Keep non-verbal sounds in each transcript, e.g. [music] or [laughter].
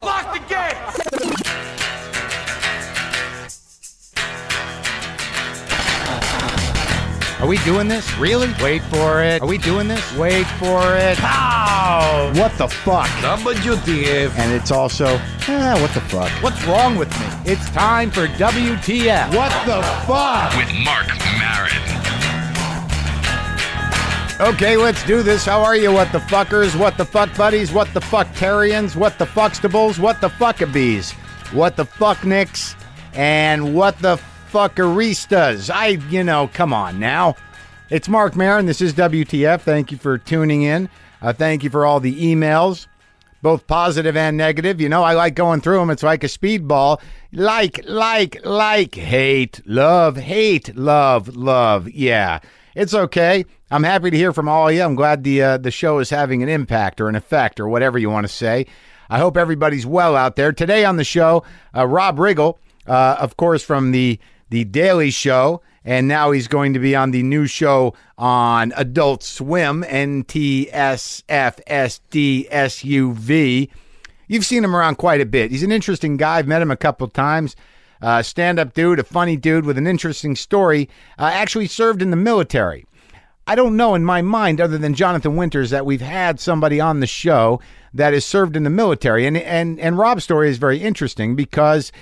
the gates! Are we doing this? Really? Wait for it. Are we doing this? Wait for it. Pow! What the fuck? WTF. And it's also, ah, what the fuck? What's wrong with me? It's time for WTF. What the fuck? With Mark Marin. Okay, let's do this. How are you, what the fuckers? What the fuck buddies? What the fuck Terrians? What the fuckstables? What the fuckabees? What the fuck nicks? And what the fuckeristas? I, you know, come on now. It's Mark Marin. This is WTF. Thank you for tuning in. Uh, thank you for all the emails. both positive and negative. You know, I like going through them. It's like a speedball. Like, like, like, hate, love, hate, love, love. Yeah, it's okay. I'm happy to hear from all of you. I'm glad the uh, the show is having an impact or an effect or whatever you want to say. I hope everybody's well out there. Today on the show, uh, Rob Riggle, uh, of course, from the the Daily Show, and now he's going to be on the new show on Adult Swim, NTSFSDSUV. You've seen him around quite a bit. He's an interesting guy. I've met him a couple times. Uh, Stand up dude, a funny dude with an interesting story. Uh, actually served in the military. I don't know in my mind, other than Jonathan Winters, that we've had somebody on the show that has served in the military. And and and Rob's story is very interesting because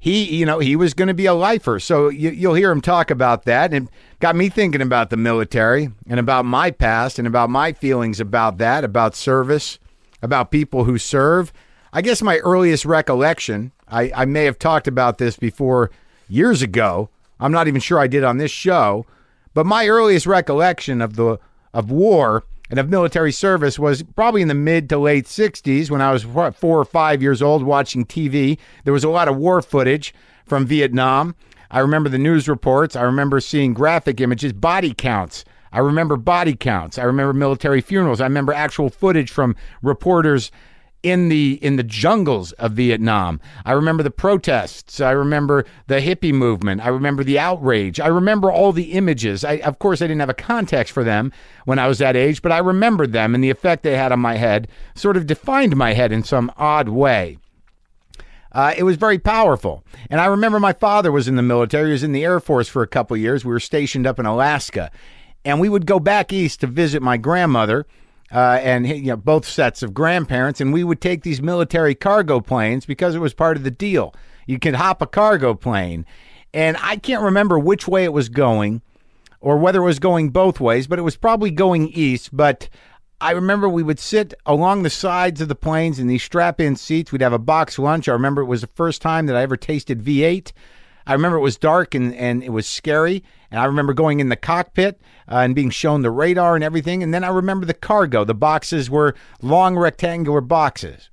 he, you know, he was going to be a lifer. So you, you'll hear him talk about that, and it got me thinking about the military and about my past and about my feelings about that, about service, about people who serve. I guess my earliest recollection, I, I may have talked about this before years ago. I'm not even sure I did on this show, but my earliest recollection of the of war and of military service was probably in the mid to late 60s when I was what, four or five years old watching TV. There was a lot of war footage from Vietnam. I remember the news reports. I remember seeing graphic images, body counts. I remember body counts. I remember military funerals. I remember actual footage from reporters in the in the jungles of Vietnam. I remember the protests. I remember the hippie movement. I remember the outrage. I remember all the images. I, of course, I didn't have a context for them when I was that age, but I remembered them and the effect they had on my head. Sort of defined my head in some odd way. Uh, it was very powerful. And I remember my father was in the military. He was in the Air Force for a couple years. We were stationed up in Alaska. And we would go back east to visit my grandmother uh, and you know, both sets of grandparents. And we would take these military cargo planes because it was part of the deal. You could hop a cargo plane. And I can't remember which way it was going or whether it was going both ways, but it was probably going east. But I remember we would sit along the sides of the planes in these strap in seats. We'd have a box lunch. I remember it was the first time that I ever tasted V8. I remember it was dark and, and it was scary. And I remember going in the cockpit uh, and being shown the radar and everything. And then I remember the cargo. The boxes were long rectangular boxes.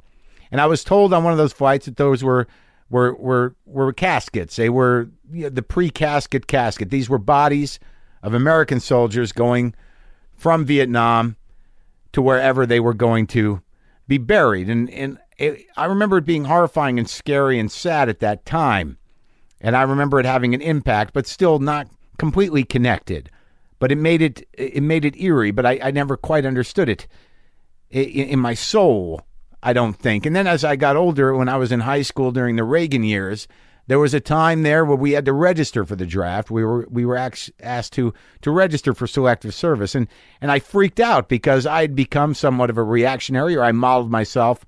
And I was told on one of those flights that those were were were were caskets. They were you know, the pre-casket casket. These were bodies of American soldiers going from Vietnam to wherever they were going to be buried. And and it, I remember it being horrifying and scary and sad at that time. And I remember it having an impact, but still not completely connected. But it made it it made it eerie. But I, I never quite understood it i- in, in my soul, I don't think. And then as I got older, when I was in high school during the Reagan years, there was a time there where we had to register for the draft. We were we were ax- asked to to register for selective service, and and I freaked out because I had become somewhat of a reactionary, or I modeled myself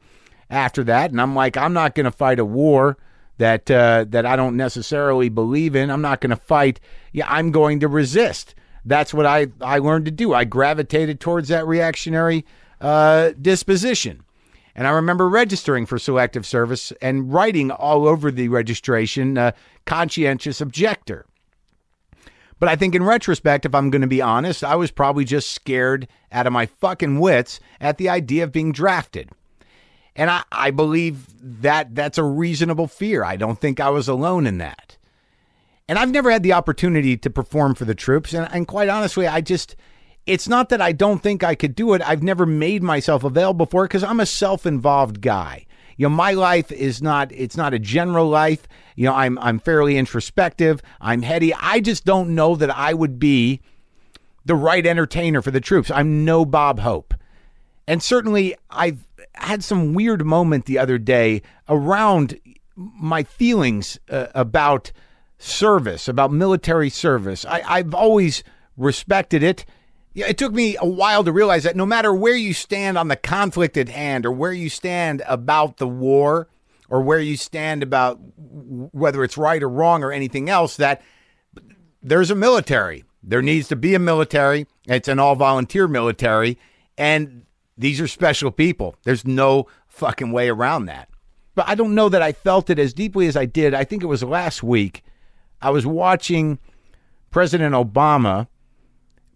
after that. And I'm like, I'm not going to fight a war that uh, that I don't necessarily believe in. I'm not going to fight. Yeah, I'm going to resist. That's what I I learned to do. I gravitated towards that reactionary uh, disposition. And I remember registering for selective service and writing all over the registration, uh, conscientious objector. But I think in retrospect, if I'm going to be honest, I was probably just scared out of my fucking wits at the idea of being drafted. And I, I believe that that's a reasonable fear. I don't think I was alone in that. And I've never had the opportunity to perform for the troops. And, and quite honestly, I just, it's not that I don't think I could do it. I've never made myself available for it because I'm a self involved guy. You know, my life is not, it's not a general life. You know, I'm, I'm fairly introspective. I'm heady. I just don't know that I would be the right entertainer for the troops. I'm no Bob Hope and certainly I've had some weird moment the other day around my feelings uh, about service, about military service. I, I've always respected it. Yeah, it took me a while to realize that no matter where you stand on the conflict at hand or where you stand about the war or where you stand about w- whether it's right or wrong or anything else, that there's a military. There needs to be a military. It's an all volunteer military. And these are special people. There's no fucking way around that. But I don't know that I felt it as deeply as I did. I think it was last week. I was watching President Obama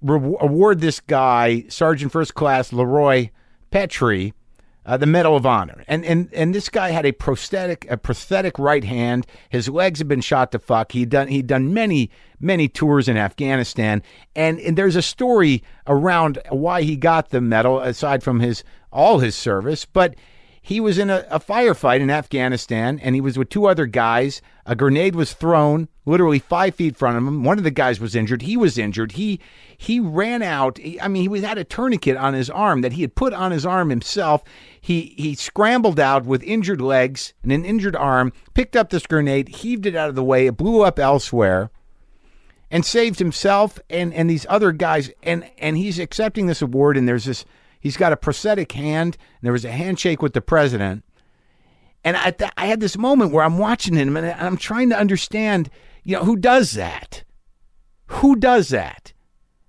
re- award this guy, Sergeant First Class Leroy Petrie, uh, the Medal of Honor. And and and this guy had a prosthetic a prosthetic right hand. His legs had been shot to fuck. He done he done many many tours in Afghanistan. And, and there's a story around why he got the medal aside from his all his service, but. He was in a, a firefight in Afghanistan and he was with two other guys. A grenade was thrown literally five feet from him. One of the guys was injured. He was injured. He he ran out. He- I mean, he was had a tourniquet on his arm that he had put on his arm himself. He he scrambled out with injured legs and an injured arm, picked up this grenade, heaved it out of the way, it blew up elsewhere, and saved himself and and these other guys. And and he's accepting this award. And there's this. He's got a prosthetic hand. And there was a handshake with the president. And I, th- I had this moment where I'm watching him and I'm trying to understand, you know, who does that? Who does that?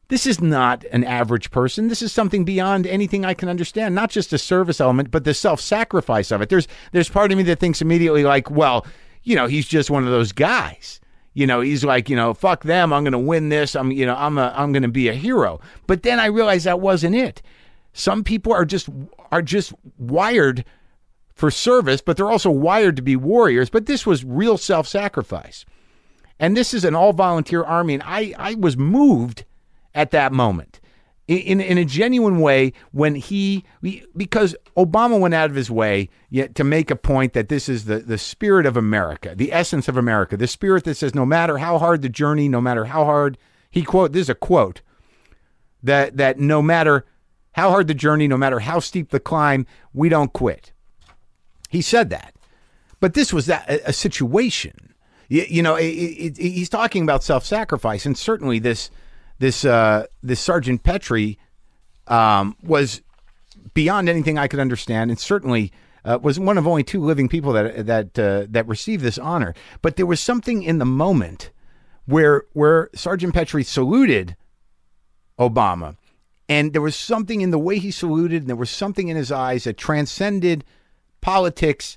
This is not an average person. This is something beyond anything I can understand. Not just the service element, but the self-sacrifice of it. There's there's part of me that thinks immediately like, well, you know, he's just one of those guys. You know, he's like, you know, fuck them. I'm going to win this. I'm, you know, I'm a, I'm going to be a hero. But then I realized that wasn't it. Some people are just are just wired for service, but they're also wired to be warriors. But this was real self sacrifice. And this is an all volunteer army. And I, I was moved at that moment in, in, in a genuine way when he, we- because Obama went out of his way yet to make a point that this is the, the spirit of America, the essence of America, the spirit that says no matter how hard the journey, no matter how hard, he quote, this is a quote that, that no matter how hard the journey, no matter how steep the climb, we don't quit. He said that. But this was that a, a situation. You, you know, it, it, it- he's talking about self-sacrifice, and certainly this this uh, this Sergeant Petrie um, was beyond anything I could understand, and certainly uh, was one of only two living people that that uh, that received this honor. But there was something in the moment where where Sergeant Petrie saluted Obama. And there was something in the way he saluted, and there was something in his eyes that transcended politics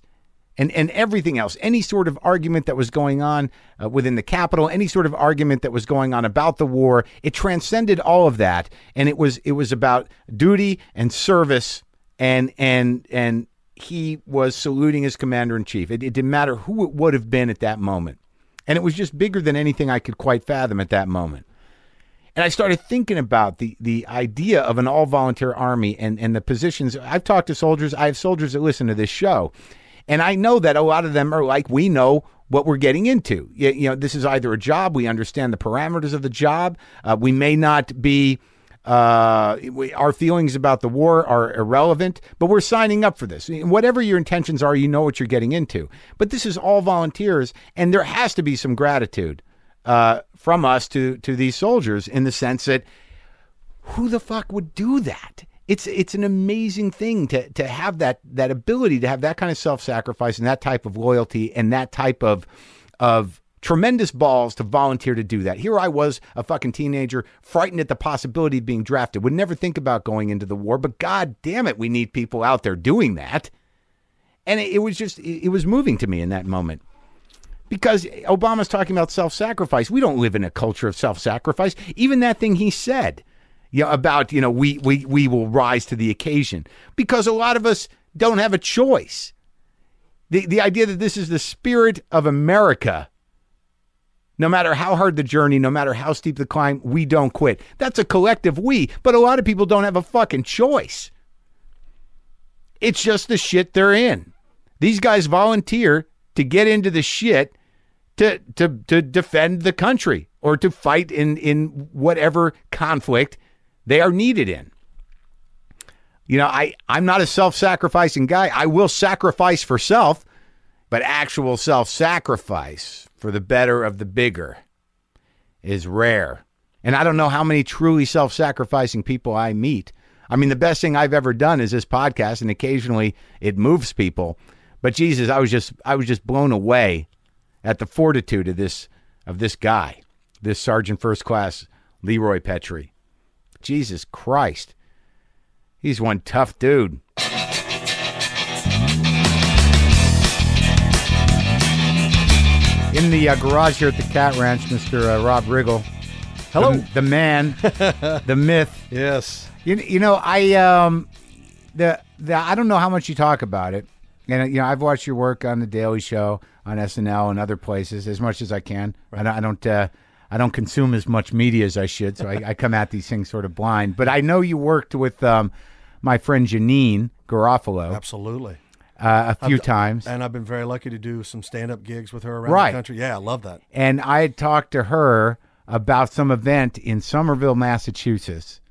and, and everything else. Any sort of argument that was going on uh, within the Capitol, any sort of argument that was going on about the war, it transcended all of that. And it was it was about duty and service, and and and he was saluting his commander in chief. It, it didn't matter who it would have been at that moment, and it was just bigger than anything I could quite fathom at that moment. And I started thinking about the the idea of an all volunteer army and and the positions. I've talked to soldiers. I have soldiers that listen to this show, and I know that a lot of them are like, we know what we're getting into. You, you know, this is either a job. We understand the parameters of the job. Uh, we may not be. Uh, we, our feelings about the war are irrelevant, but we're signing up for this. Whatever your intentions are, you know what you're getting into. But this is all volunteers, and there has to be some gratitude uh, from us to to these soldiers in the sense that who the fuck would do that? It's it's an amazing thing to to have that that ability to have that kind of self sacrifice and that type of loyalty and that type of of tremendous balls to volunteer to do that. Here I was, a fucking teenager, frightened at the possibility of being drafted. Would never think about going into the war, but god damn it, we need people out there doing that. And it, it was just it, it was moving to me in that moment because Obama's talking about self-sacrifice. We don't live in a culture of self-sacrifice. Even that thing he said, you know, about you know we we we will rise to the occasion because a lot of us don't have a choice. The the idea that this is the spirit of America. No matter how hard the journey, no matter how steep the climb, we don't quit. That's a collective we, but a lot of people don't have a fucking choice. It's just the shit they're in. These guys volunteer to get into the shit to to to defend the country or to fight in in whatever conflict they are needed in. You know, I, I'm not a self sacrificing guy. I will sacrifice for self, but actual self sacrifice for the better of the bigger is rare. And I don't know how many truly self sacrificing people I meet. I mean, the best thing I've ever done is this podcast, and occasionally it moves people. But Jesus, I was just I was just blown away at the fortitude of this of this guy, this Sergeant First Class Leroy Petrie. Jesus Christ. He's one tough dude. In the uh, garage here at the Cat Ranch, Mr. Uh, Rob Riggle. Hello. The, the man, the myth. Yes. You, you know, I um, the, the I don't know how much you talk about it, and uh, you know, I've watched your work on the Daily Show, on SNL, and other places as much as I can. I don't, I don't, uh, I don't consume as much media as I should, so I, I come at these things sort of blind. But I know you worked with um, my friend Janine Garofalo Absolutely. uh, a few times, And I've been very lucky to do some stand up gigs with her around Right. the country. Yeah, I love that. and I had talked to her about some event in Somerville, Massachusetts,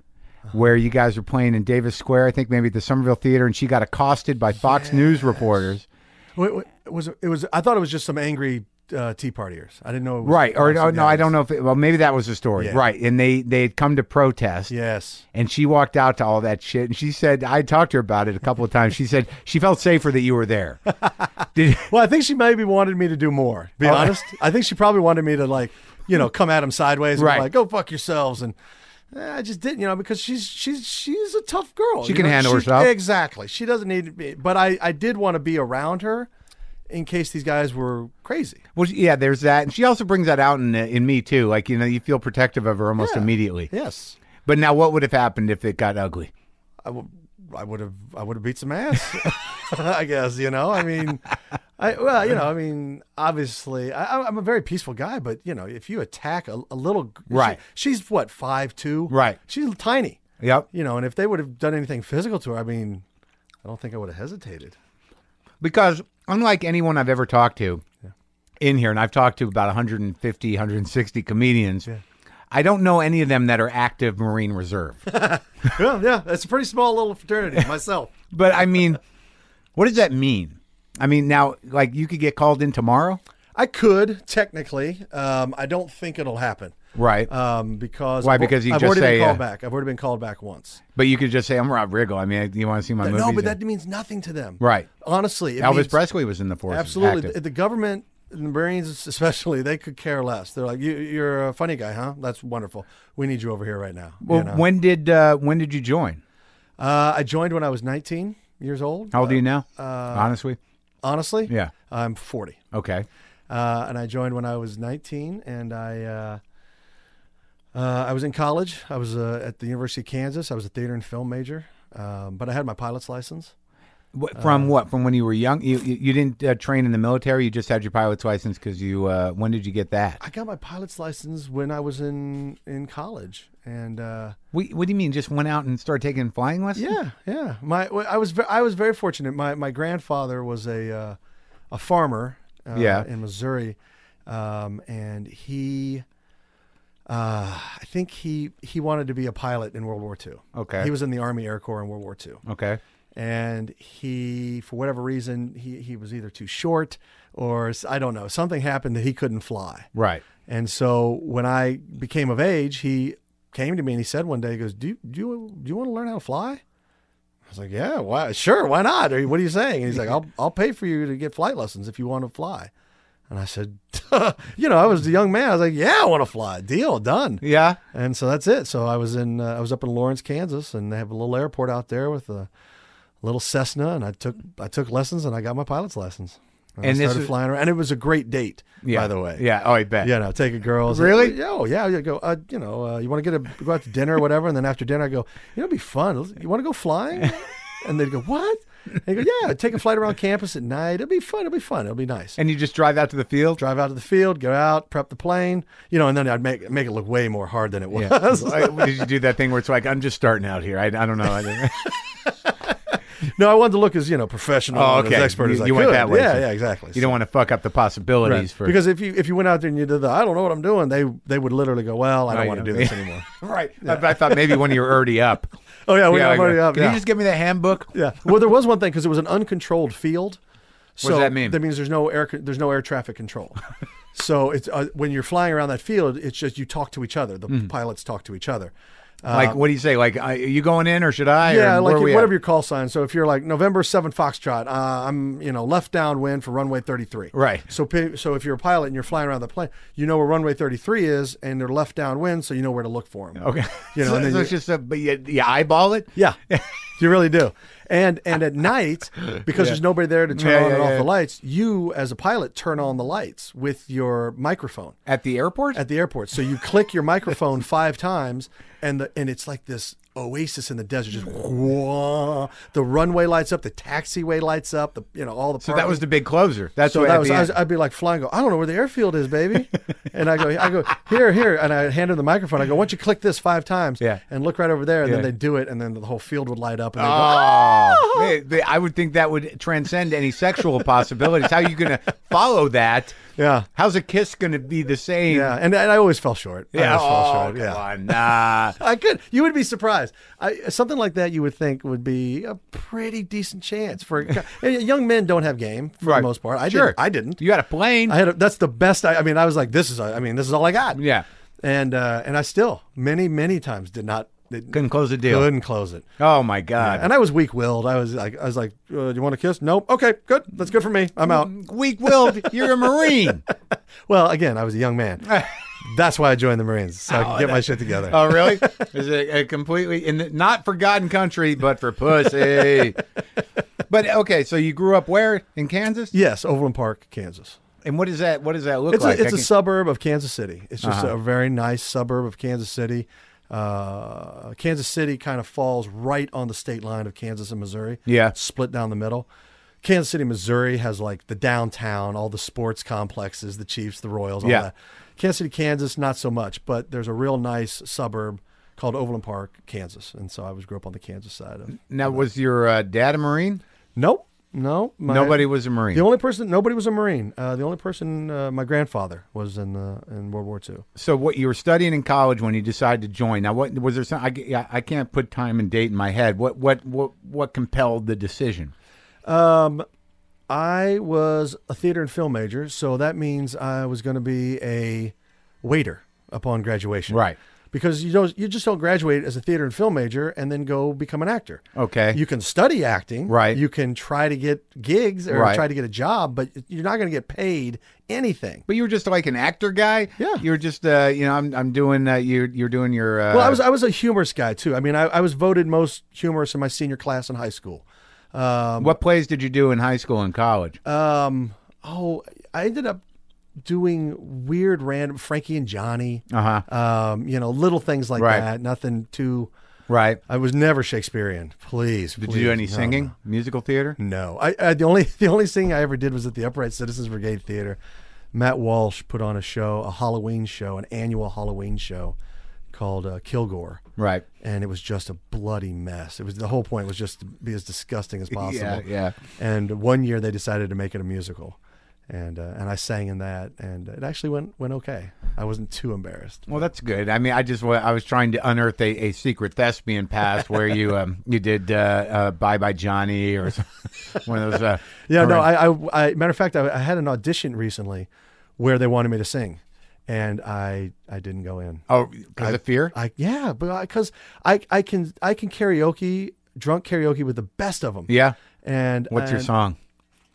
where you guys were playing in Davis Square, I think maybe at the Somerville Theater, and she got accosted by Fox News reporters. Wait, wait, it was it was I thought it was just some angry uh, tea partiers. I didn't know it was Right. Or, some oh, no, I guys. don't know if, it, well, maybe that was the story. Yeah. Right. And they, they had come to protest. Yes. And she walked out to all that shit. And she said, I talked to her about it a couple of times. She said she felt safer that you were [laughs] there. Did, Well, I think she maybe wanted me to do more. to Be honest, I think she probably wanted me to like, you know, come at them sideways, and Right. Be like, go fuck yourselves, and eh, I just didn't, you know, because she's she's she's a tough girl. She you can know? handle She's- herself. Exactly. She doesn't need to be, but I I did want to be around her in case these guys were crazy. well, yeah, there's that. And she also brings that out in, in me, too. Like, you know, you feel protective of her almost Yeah. immediately. Yes. But now, what would have happened if it got ugly? I w- I would have I would have beat some ass. [laughs] I guess you know. I mean, I well you know I mean obviously I, I'm a very peaceful guy, but you know if you attack a, a little g- Right. she- she's what five two Right. she's tiny Yep. you know, and if they would have done anything physical to her, I mean, I don't think I would have hesitated. Because unlike anyone I've ever talked to in here, and I've talked to about 150, 160 comedians, I don't know any of them that are active Marine Reserve. [laughs] yeah, yeah, that's a pretty small little fraternity myself. But I mean, what does that mean? I mean, now, like, you could get called in tomorrow, I could technically. Um, I don't think it'll happen. right? Um, because Why? I've al- Because you I've just already say, been called uh, back. I've already been called back once. but you could just say, "I'm Rob Riggle." I mean, you want to see my movies? No, but And- that means nothing to them. Right. Honestly, it Elvis means- Presley was in the force. Absolutely, active. the, the government, the Marines especially, [laughs] they could care less. They're like, you, "You're a funny guy, huh? That's wonderful. We need you over here right now." you well, know? when did uh, when did you join? uh, I joined when I was 19 years old. How old are you now? Uh, Honestly, Honestly, Yeah. I'm 40. okay. uh, and I joined when I was 19, and I uh, uh, I was in college. I was uh, at the University of Kansas. I was a theater and film major, um, but I had my pilot's license. What, Uh, from what? From when you were young? You you, you didn't uh, train in the military. You just had your pilot's license because you. Uh, when did you get that? I got my pilot's license when I was in in college, and uh, What, what do you mean? Just went out and started taking flying lessons? yeah, yeah. My well, I was ve- I was very fortunate. My my grandfather was a uh, a farmer uh, Yeah. in Missouri, um, and he. Uh, I think he, he wanted to be a pilot in World War II. Okay. He was in the Army Air Corps in World War II. Okay. and he for whatever reason he, he was either too short or s- i don't know something happened that he couldn't fly Right. and so when i became of age he came to me and he said one day he goes do you do you, do you want to learn how to fly i was like yeah why sure why not Are you- what are you saying and he's like I'll, I'll pay for you to get flight lessons if you want to fly and i said [laughs] you know i was a young man i was like yeah i want to fly deal done Yeah. and so that's it. So I was in uh, I was up in Lawrence, Kansas, and they have a little airport out there with a little Cessna, and I took I took lessons and I got my pilot's license. And, And I this started is- flying around, and it was a great date, Yeah. by the way. Yeah. Oh, I bet. You know, taking girls. Really? Yeah, oh, yeah. You go, uh, you know, uh, you want to get a go out to dinner or whatever, and then after dinner I go, you know, it'd be fun. Let's- You want to [laughs] go flying? and they'd go, what? And you go, yeah, take a flight around campus at night. It'll be fun. It'll be fun. It'll be nice And you just drive out to the field. [laughs] drive out to the field, go out, prep the plane, you know, and then I'd make make it look way more hard than it [laughs] was. Like, did you do that thing where it's like I'm just starting out here? I, I don't [laughs] know. I- no, I wanted to look as you know professional, Oh, and as okay. expert You- as I you could. went that way, Yeah, so yeah, exactly. you don't want to fuck up the possibilities for because if you if you went out there and you did the I don't know what I'm doing, they they would literally go, well, I don't Oh, want to [laughs] yeah. do this anymore. [laughs] right. I, I thought maybe when you're already up. Oh yeah, we Yeah, I'm okay. already up. Can yeah. you just give me the handbook? Yeah. Well, there was one thing because it was an uncontrolled field. So that mean? That means there's no air. There's no air [laughs] traffic control. so it's uh, when you're flying around that field, it's just you talk to each other. The Mm-hmm. pilots talk to each other. Uh, Like, what do you say? Like, I, are you going in or should I? yeah, or like where are we you- at? whatever your call sign. So if you're like November seven Foxtrot, uh, I'm you know left downwind for runway thirty three. Right. So pa- so if you're a pilot and you're flying around the plane, you know where runway thirty three is, and they're left downwind, so you know where to look for them. Okay. [laughs] You know, so, and then so you- it's just a, but you, you eyeball it? Yeah, [laughs] you really do. And and at night, because there's nobody there to turn Yeah, on yeah, and off yeah. the lights, you as a pilot turn on the lights with your microphone At the airport? at the airport. So you click your [laughs] microphone five times, and the and it's like this oasis in the desert. Just [laughs] whoa, the runway lights up, the taxiway lights up, the you know all the. so that was the big closer. That's So what that at was, the I end. was, I'd be like flying, go, I don't know where the airfield is, baby. [laughs] and I go, I go, here, here. And I hand her the microphone. I go, why don't you click this five times Yeah. and look right over there. And Yeah. then they do it. And then the whole field would light up. And they'd go, Oh, They- they- I would think that would transcend any sexual [laughs] possibilities. How are you going to follow that? [laughs] Yeah. How's a kiss going to be the same? Yeah, and, and I always fell short. I Yeah, always fell oh, short, come yeah. on. Nah. I could. You would be surprised. I, something like that, you would think would be a pretty decent chance for and young men. Don't have game for Right. the most part. I sure. didn't. I didn't. You had a plane. I had. A, that's the best. I, I mean, I was like, this is. I mean, this is all I got. Yeah. And uh, and I still many many times did not did, Couldn't close the deal. couldn't close it. Oh, my God. And I was weak willed. I was like, I was like, uh, do you want a kiss? Nope. Okay, good. That's good for me. I'm out. Weak willed. You're a Marine. [laughs] Well, again, I was a young man. That's why I joined the Marines, so I could get my shit together. Oh, really? Is it a completely in the, not forgotten country, but for [laughs] pussy? but okay, so you grew up where in Kansas? yes, Overland Park, Kansas. And what does that? What does that look It's like? I a, it's a can- Uh-huh. suburb of Kansas City. It's just a very nice suburb of Kansas City. Uh, Kansas City kind of falls right on the state line of Kansas and Missouri. Yeah. split down the middle. Kansas City, Missouri has like the downtown, all the sports complexes, the Chiefs, the Royals, all Yeah. that. Kansas City, Kansas, not so much, but there's a real nice suburb called Overland Park, Kansas, and so I was grew up on the Kansas side of. now, was your uh, dad a Marine? Nope, no, my- Nobody was a Marine. The only person, nobody was a Marine. Uh, the only person, uh, my grandfather was in the in World War II. so what you were studying in college when you decided to join? Now, what was there? Some I, yeah, I can't put time and date in my head. What what what what compelled the decision? I was a theater and film major, so that means I was going to be a waiter upon graduation. Right. Because you don't, you just don't graduate as a theater and film major and then go become an actor. Okay. You can study acting. Right. You can try to get gigs or Right. try to get a job, but you're not going to get paid anything. but you were just like an actor guy. Yeah. You were just uh, you know I'm I'm doing uh, you you're doing your uh, Well, I was I was a humorous guy too. I mean, I, I was voted most humorous in my senior class in high school. what plays did you do in high school and college? Um, oh, I ended up doing weird random Frankie and Johnny. Uh-huh. Um, you know, little things like Right. that. Nothing too. Right. I was never Shakespearean. Please. Did you do any singing? No. Musical theater? No. I, I the only [laughs] the only singing I ever did was at the Upright Citizens Brigade Theater. Matt Walsh put on a show, a Halloween show, an annual Halloween show called uh, Kilgore. Right. And it was just a bloody mess. It was the whole point was just to be as disgusting as possible. [laughs] yeah. And one year they decided to make it a musical, and uh, and I sang in that, and it actually went went okay. I wasn't too embarrassed. Well, that's good. I mean, I just wa- I was trying to unearth a, a secret thespian past where [laughs] you um you did uh, uh Bye Bye Johnny or [laughs] some- one of those. Uh, Yeah, no. Marine- I, I, I matter of fact, I, I had an audition recently where they wanted me to sing, and I I didn't go in. oh, because of fear. I yeah, but because I, I can I can karaoke drunk karaoke with the best of them. yeah. And What's your and song?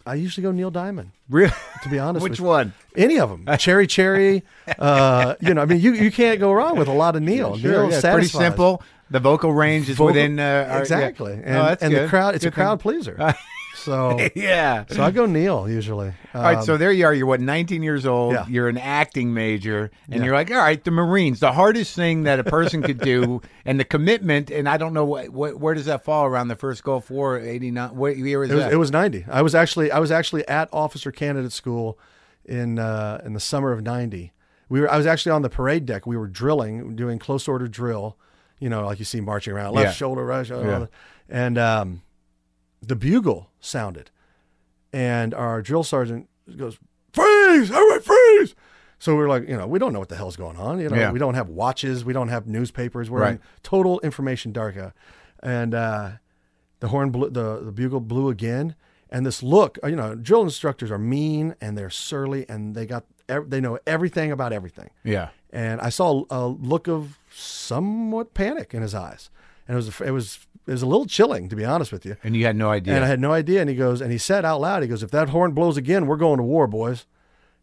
I usually go Neil Diamond. Really? To be [laughs] honest, Which with- one? Any [laughs] of them? Cherry, cherry. Uh, you know, I mean, you, you can't go wrong with a lot of Neil. Sure, Neil yeah, it's pretty satisfies. simple. The vocal range is Vocal- within uh, our- yeah. exactly, and, Oh, that's and the good. crowd. It's Good a crowd [laughs] pleaser. so, thing. Yeah. so I go Neil [laughs] usually. All right, so there you are. You're what, 19 years old. Um, Yeah. You're an acting major, and you're like, all right, the Marines, the hardest thing that a person could [laughs] do, and the commitment. And I don't know what, what where does that fall around the first Gulf War, 89. What year was it was, that? it was ninety. I was actually I was actually at officer candidate school in uh, in the summer of ninety. We were I was actually on the parade deck. We were drilling, doing close order drill. You know, like you see marching around, left Yeah. shoulder, right shoulder, Yeah. and um, the bugle sounded, and our drill sergeant goes, "Freeze! Everybody freeze!" So we were like, you know, we don't know what the hell's going on. You know, Yeah. we don't have watches, we don't have newspapers. We're Right. in total information dark. out. and uh, the horn blew, the, the bugle blew again and this look you know drill instructors are mean and they're surly and they got ev- they know everything about everything Yeah. and I saw a look of somewhat panic in his eyes, and it was it was it was a little chilling to be honest with you. And you had no idea. And I had no idea. And he goes, and he said out loud, he goes, "If that horn blows again, we're going to war, boys."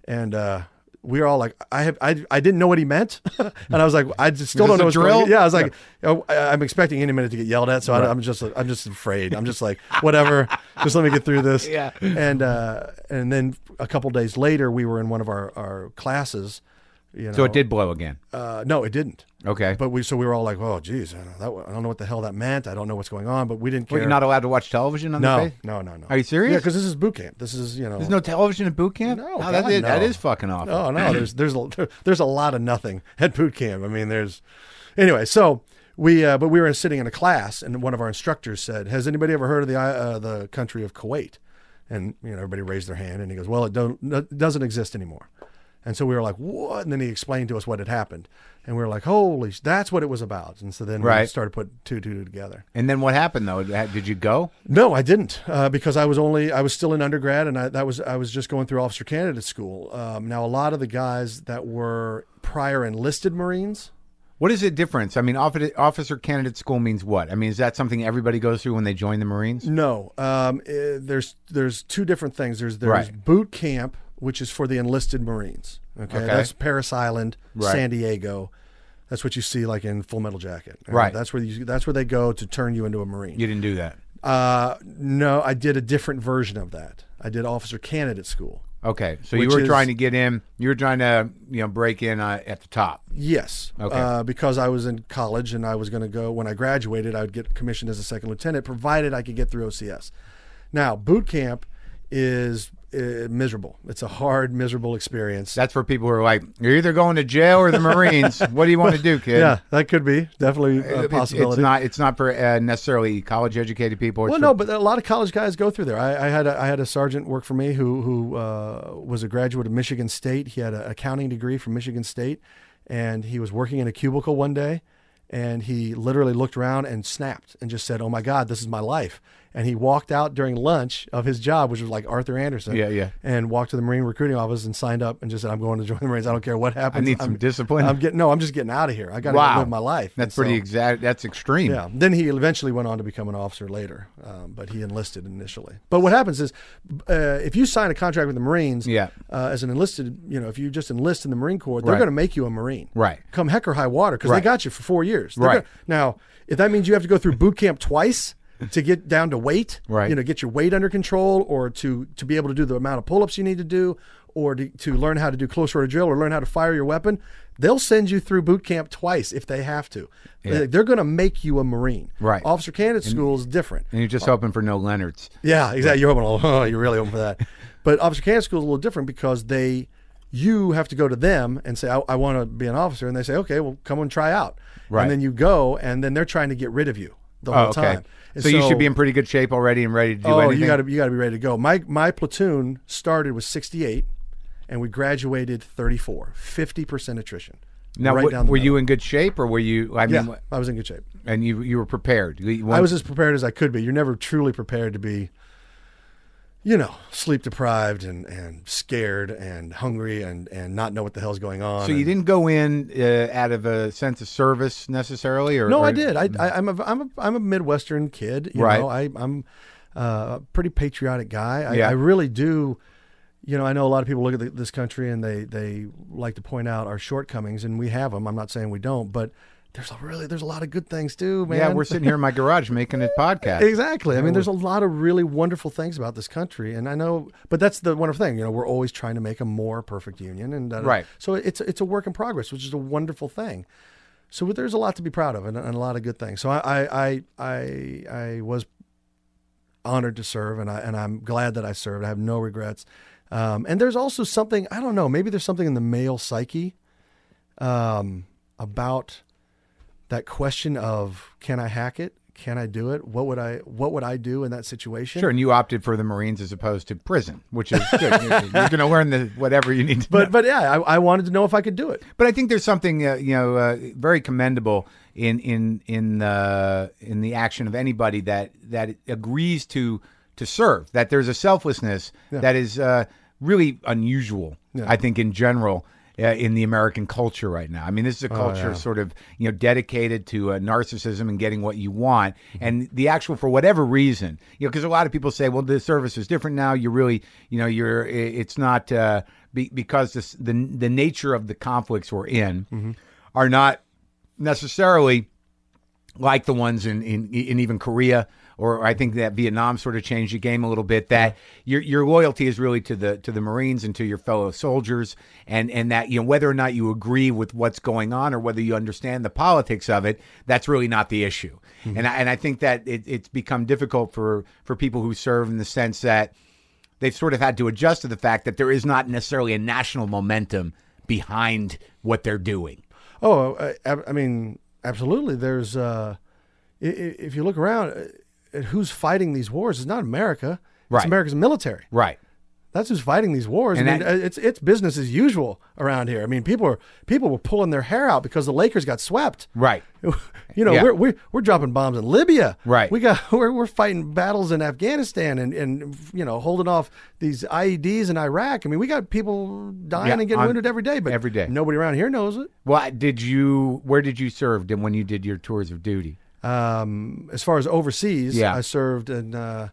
And uh, we are all like, "I have I, I didn't know what he meant," [laughs] and I was like, "I just still Is this don't know a what's going drill? on." Yeah, I was like, oh, I, "I'm expecting any minute to get yelled at," so I, I'm just I'm just afraid. I'm just like, [laughs] whatever, just let me get through this. Yeah. And uh, and then a couple days later, we were in one of our our classes. You know, so it did blow again. uh, no, it didn't. Okay. But we so we were all like, oh, geez, I don't, that, I don't know what the hell that meant. I don't know what's going on, but we didn't care. Well, you're not allowed to watch television on the no, faith? no, no, no. Are you serious? Yeah, because this is boot camp. This is you know. There's no television at boot camp? No, that, God, is, that no. is fucking awful. [clears throat] Oh no, there's there's a, [laughs] there's a lot of nothing at boot camp. I mean, there's anyway. So we uh, but we were sitting in a class, and one of our instructors said, "Has anybody ever heard of the uh, the country of Kuwait?" And you know, everybody raised their hand, and he goes, "Well, it don't it doesn't exist anymore." And so we were like, "What?" And then he explained to us what had happened, and we were like, "Holy, sh- that's what it was about." And so then we Right. started putting two and two together. And then what happened, though? Did you go? No, I didn't, uh, because I was only I was still in undergrad, and I, that was I was just going through officer candidate school. Um, now, a lot of the guys that were prior enlisted Marines, What is the difference? I mean, officer, officer candidate school means what? I mean, is that something everybody goes through when they join the Marines? no, um, eh, there's there's two different things. There's there's Right. boot camp, which is for the enlisted Marines. Okay, Okay. that's Paris Island, Right. San Diego. That's what you see like in Full Metal Jacket. Uh, Right. That's where you that's where they go to turn you into a Marine. You didn't do that. Uh, no, I did a different version of that. I did officer candidate school. Okay, so you Which were is- trying to get in. You were trying to, you know, break in uh, at the top. Yes. Okay. Uh, because I was in college and I was going to go, when I graduated, I would get commissioned as a second lieutenant, provided I could get through OCS. Now, boot camp is uh, miserable. It's a hard, miserable experience. That's for people who are like, you're either going to jail or the [laughs] Marines. what do you want to do, kid? yeah, that could be definitely It- a Uh, it's- possibility. It's, not. It's not for uh, necessarily college-educated people. It's well, for- no, but a lot of college guys go through there. I, I had a, I had a sergeant work for me who who uh, was a graduate of Michigan State. He had an accounting degree from Michigan State, and he was working in a cubicle one day, and he literally looked around and snapped and just said, "Oh my God, this is my life." And he walked out during lunch of his job, which was like Arthur Anderson. Yeah, yeah. And walked to the Marine recruiting office and signed up and just said, "I'm going to join the Marines. I don't care what happens. need some I'm- discipline." I'm getting no. I'm just getting out of here. I got to Wow. live my life." That's And so- pretty exact. That's extreme. yeah. Then he eventually went on to become an officer later, um, but he enlisted initially. But what happens is, uh, if you sign a contract with the Marines, Yeah. uh, as an enlisted, you know, if you just enlist in the Marine Corps, they're Right. going to make you a Marine, Right. Come heck or high water, because Right. they got you for four years, They're Right. gonna- now, if that means you have to go through boot camp twice to get down to weight, Right. You know, get your weight under control, or to to be able to do the amount of pull-ups you need to do. Or to, to learn how to do close order drill, or learn how to fire your weapon, they'll send you through boot camp twice if they have to. They- They're going to make you a Marine. Right. Officer candidate school is different. And you're just hoping for no Leonards. Yeah, exactly. You're [laughs] hoping, oh, you're really hoping for that. But officer candidate school is a little different because they, you have to go to them and say, I, I want to be an officer. And they say, okay, well, come and try out. Right. And then you go, and then they're trying to get rid of you the Oh, whole okay. time. So, And you should be in pretty good shape already and ready to do oh, anything. you got to you got to be ready to go. My my platoon started with 68, and we graduated 34, 50 percent attrition. now, right what- down the were middle. you in good shape, or were you? I mean, Yeah, what- I was in good shape. and you you were prepared. You- you I went- was as prepared as I could be. You're never truly prepared to be, you know, sleep deprived and, and scared and hungry and, and not know what the hell's going on. So you And- didn't go in uh, out of a sense of service necessarily, or No, I or- did. I, I, I'm a I'm a I'm a Midwestern kid. mm-hmm. You Right. Know? I, I'm uh, a pretty patriotic guy. I, Yeah. I really do. You know, I know a lot of people look at the, this country and they they like to point out our shortcomings, and we have them. I'm not saying we don't, but there's a really there's a lot of good things too, man. Yeah, we're sitting here in my garage making [laughs] a podcast. Exactly. I mean, there's a lot of really wonderful things about this country, and I know, but that's the wonderful thing. You know, we're always trying to make a more perfect union, and uh, Right. So it's it's a work in progress, which is a wonderful thing. So there's a lot to be proud of, and, and a lot of good things. So I I I I, I was honored to serve, and I and I'm glad that I served. I have no regrets. Um, and there's also something I don't know. Maybe there's something in the male psyche um, about that question of can I hack it? can I do it? What would I What would I do in that situation? Sure, and you opted for the Marines as opposed to prison, which is good. You're- [laughs] You're going to learn the whatever you need to But but yeah, I, I wanted to know if I could do it. But I think there's something uh, you know uh, very commendable in in in the in the action of anybody that that agrees to to serve. That there's a selflessness that is uh, really unusual. I think in general. Uh, in the American culture right now, I mean, this is a culture sort of you know dedicated to uh, narcissism and getting what you want, and the actual for whatever reason, you know, because a lot of people say, well, the service is different now. You really, you know, you're i- it's not uh, be, because this, the the nature of the conflicts we're in are not necessarily like the ones in, in in even Korea or I think that Vietnam sort of changed the game a little bit that your your loyalty is really to the to the Marines and to your fellow soldiers and and that you know whether or not you agree with what's going on or whether you understand the politics of it that's really not the issue and I, and I think that it, it's become difficult for for people who serve in the sense that they've sort of had to adjust to the fact that there is not necessarily a national momentum behind what they're doing. Oh, I, I- I mean, absolutely. There's, uh, i- i- if you look around, uh, at who's fighting these wars? It's not America. Right. It's America's military. Right. That's who's fighting these wars. And I mean, that- uh, it's it's business as usual around here. I mean, people are people were pulling their hair out because the Lakers got swept. Right. [laughs] You know, Yeah. we're, we're we're dropping bombs in Libya. Right. We got [laughs] we're, we're fighting battles in Afghanistan and and you know holding off these IEDs in Iraq. I mean, we got people dying Yeah, and getting on- wounded every day. But every day. nobody around here knows it. Well, did you? Where did you serve? And when you did your tours of duty? um, as far as overseas, Yeah. I served in uh,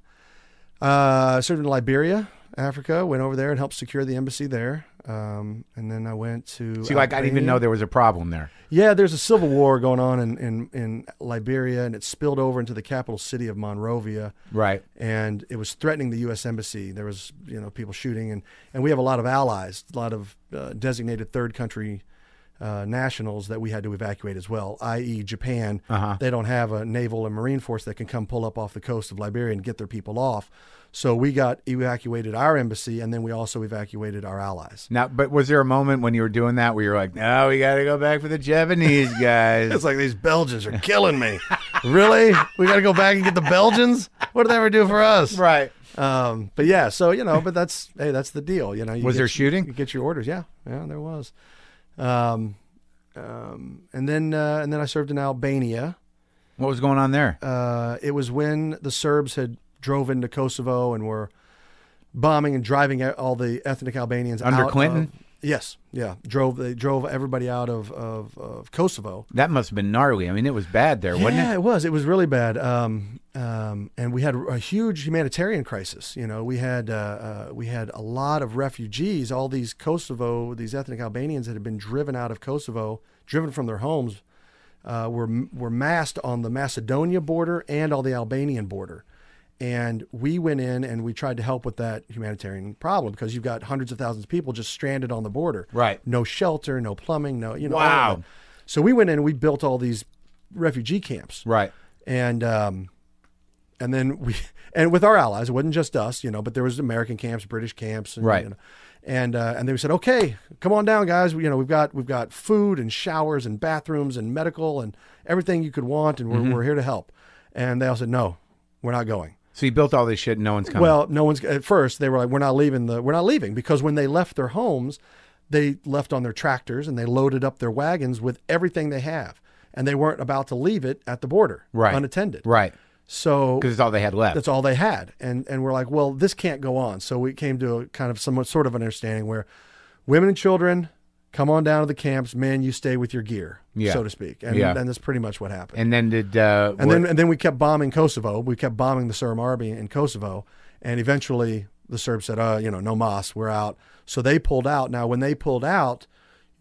uh, I served in Liberia, Africa. Went over there and helped secure the embassy there. Um, and then I went to See, like I didn't even know Albania. there was a problem there. Yeah, there's a civil war going on in, in in Liberia, and it spilled over into the capital city of Monrovia. Right. And it was threatening the U.S. embassy. There was, you know, people shooting, and, and we have a lot of allies, a lot of uh, designated third country uh, nationals that we had to evacuate as well. I.e., Japan. Uh-huh. They don't have a naval and marine force that can come pull up off the coast of Liberia and get their people off. So we got evacuated our embassy, and then we also evacuated our allies. Now, but was there a moment when you were doing that where you were like, "No, we got to go back for the Japanese guys"? [laughs] It's like these Belgians are killing me. really? We got to go back and get the Belgians? What did they ever do for us? right. Um, but yeah, so you know, but that's hey, that's the deal. You know, you Was get- there shooting? You get your orders. Yeah, yeah, there was. Um, um, and then uh, and then I served in Albania. What was going on there? Uh, it was when the Serbs had drove into Kosovo and were bombing and driving out all the ethnic Albanians Under out of- Clinton? yes, yeah, drove they drove everybody out of of, of Kosovo. That must have been gnarly. I mean, it was bad there, wasn't yeah, it? it? was. It was really bad. Um, um, and we had a huge humanitarian crisis. You know, we had uh, uh, we had a lot of refugees. All these Kosovo, these ethnic Albanians that had been driven out of Kosovo, driven from their homes, uh, were were massed on the Macedonia border and on the Albanian border. And we went in and we tried to help with that humanitarian problem because you've got hundreds of thousands of people just stranded on the border. Right. No shelter, no plumbing, no you know. all of Wow. that. So we went in and we built all these refugee camps Right. and um, and then we [laughs] and with our allies, it wasn't just us, you know, but there was American camps, British camps, and, Right. you know, and uh, and they said, okay, come on down, guys. We, you know, we've got we've got food and showers and bathrooms and medical and everything you could want, and we're, Mm-hmm. we're here to help. And they all said, no, we're not going. So you built all this shit, and no one's coming. Well, no one's at first they were like, we're not leaving the we're not leaving because when they left their homes, they left on their tractors and they loaded up their wagons with everything they have, and they weren't about to leave it at the border, Right. unattended, right, so because it's all they had left. that's all they had, and and we're like, well, this can't go on. So we came to a kind of somewhat sort of understanding where women and children come on down to the camps, men, you stay with your gear, Yeah. so to speak, and Yeah. and that's pretty much what happened. and then did uh, And what- then and then we kept bombing Kosovo. We kept bombing the Serb army in Kosovo, and eventually the Serbs said, "Uh, you know, no mas, we're out." So they pulled out. Now, when they pulled out,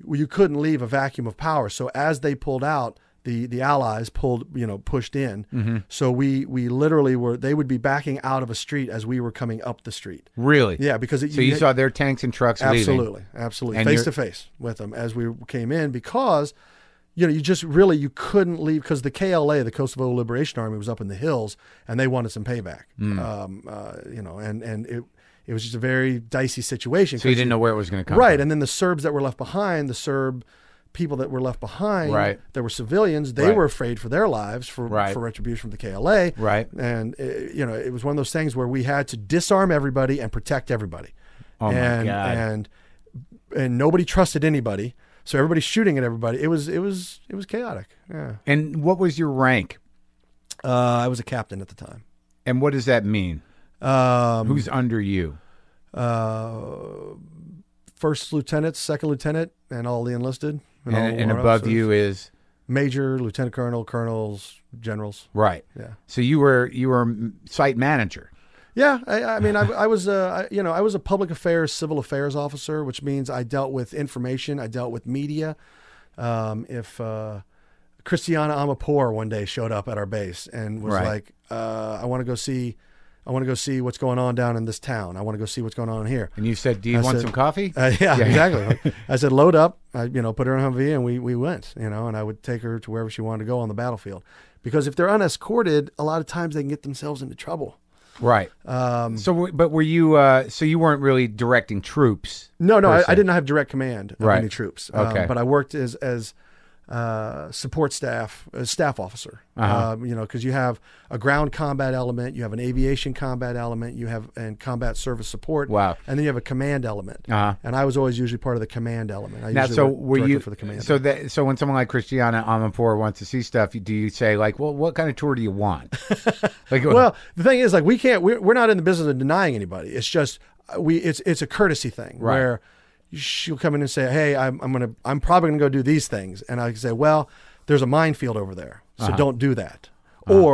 you couldn't leave a vacuum of power. So as they pulled out, the the Allies pulled, you know, pushed in. Mm-hmm. So we we literally were they would be backing out of a street as we were coming up the street. really, Yeah, because it, So you saw their tanks and trucks leaving. absolutely absolutely And face you're- to face with them as we came in because you know you just really you couldn't leave because the KLA the Kosovo Liberation Army was up in the hills and they wanted some payback Mm. um, uh, you know and and it it was just a very dicey situation So you 'cause didn't know where it was going to come. right and then the Serbs that were left behind the Serb people that were left behind Right. that were civilians, they Right. were afraid for their lives for, Right. for retribution from the KLA. Right. And, uh, you know, it was one of those things where we had to disarm everybody and protect everybody. Oh, my and, God. And, and nobody trusted anybody. So everybody's shooting at everybody. It was, it was, it was chaotic. Yeah. And what was your rank? Uh, I was a captain at the time. And what does that mean? Um, Who's under you? uh, first lieutenant, second lieutenant, and all the enlisted. And, all and our above officers. you is major, lieutenant colonel, colonels, generals. right. Yeah. So you were you were m- site manager. Yeah, I, I mean, I, I was, uh, I- you know, I was a public affairs, civil affairs officer, which means I dealt with information, I dealt with media. Um, if uh, Christiana Amapour one day showed up at our base and was Right. like, uh, "I want to go see, I want to go see what's going on down in this town. I want to go see what's going on here." And you said, "Do you I want said- some coffee?" Uh, [laughs] yeah, Yeah. [laughs] exactly. I said, load up. I, you know, put her in a Humvee, and we we went. You know, and I would take her to wherever she wanted to go on the battlefield, because if they're unescorted, a lot of times they can get themselves into trouble. right. Um, So, w- but were you? Uh, so you weren't really directing troops. no, no, I, I Person. did not have direct command of Right. any troops. Um, Okay. but I worked as as uh, support staff, a staff officer. Uh-huh. Um, you know, because you have a ground combat element, you have an aviation combat element, you have and combat service support. Wow. And then you have a command element. Uh-huh. And I was always usually part of the command element. I Now, usually so worked were directly you? for the command? so that so when someone like Christiana Amanpour wants to see stuff, you- do you say like, "Well, what kind of tour do you want?" like, Well, the thing is, like, we can't. We're, we're not in the business of denying anybody. It's just uh, we. It's it's a courtesy thing Right. where she'll come in and say, "Hey, I'm I'm gonna I'm probably gonna go do these things," and I can say, "Well, there's a minefield over there, so Uh-huh. don't do that." Or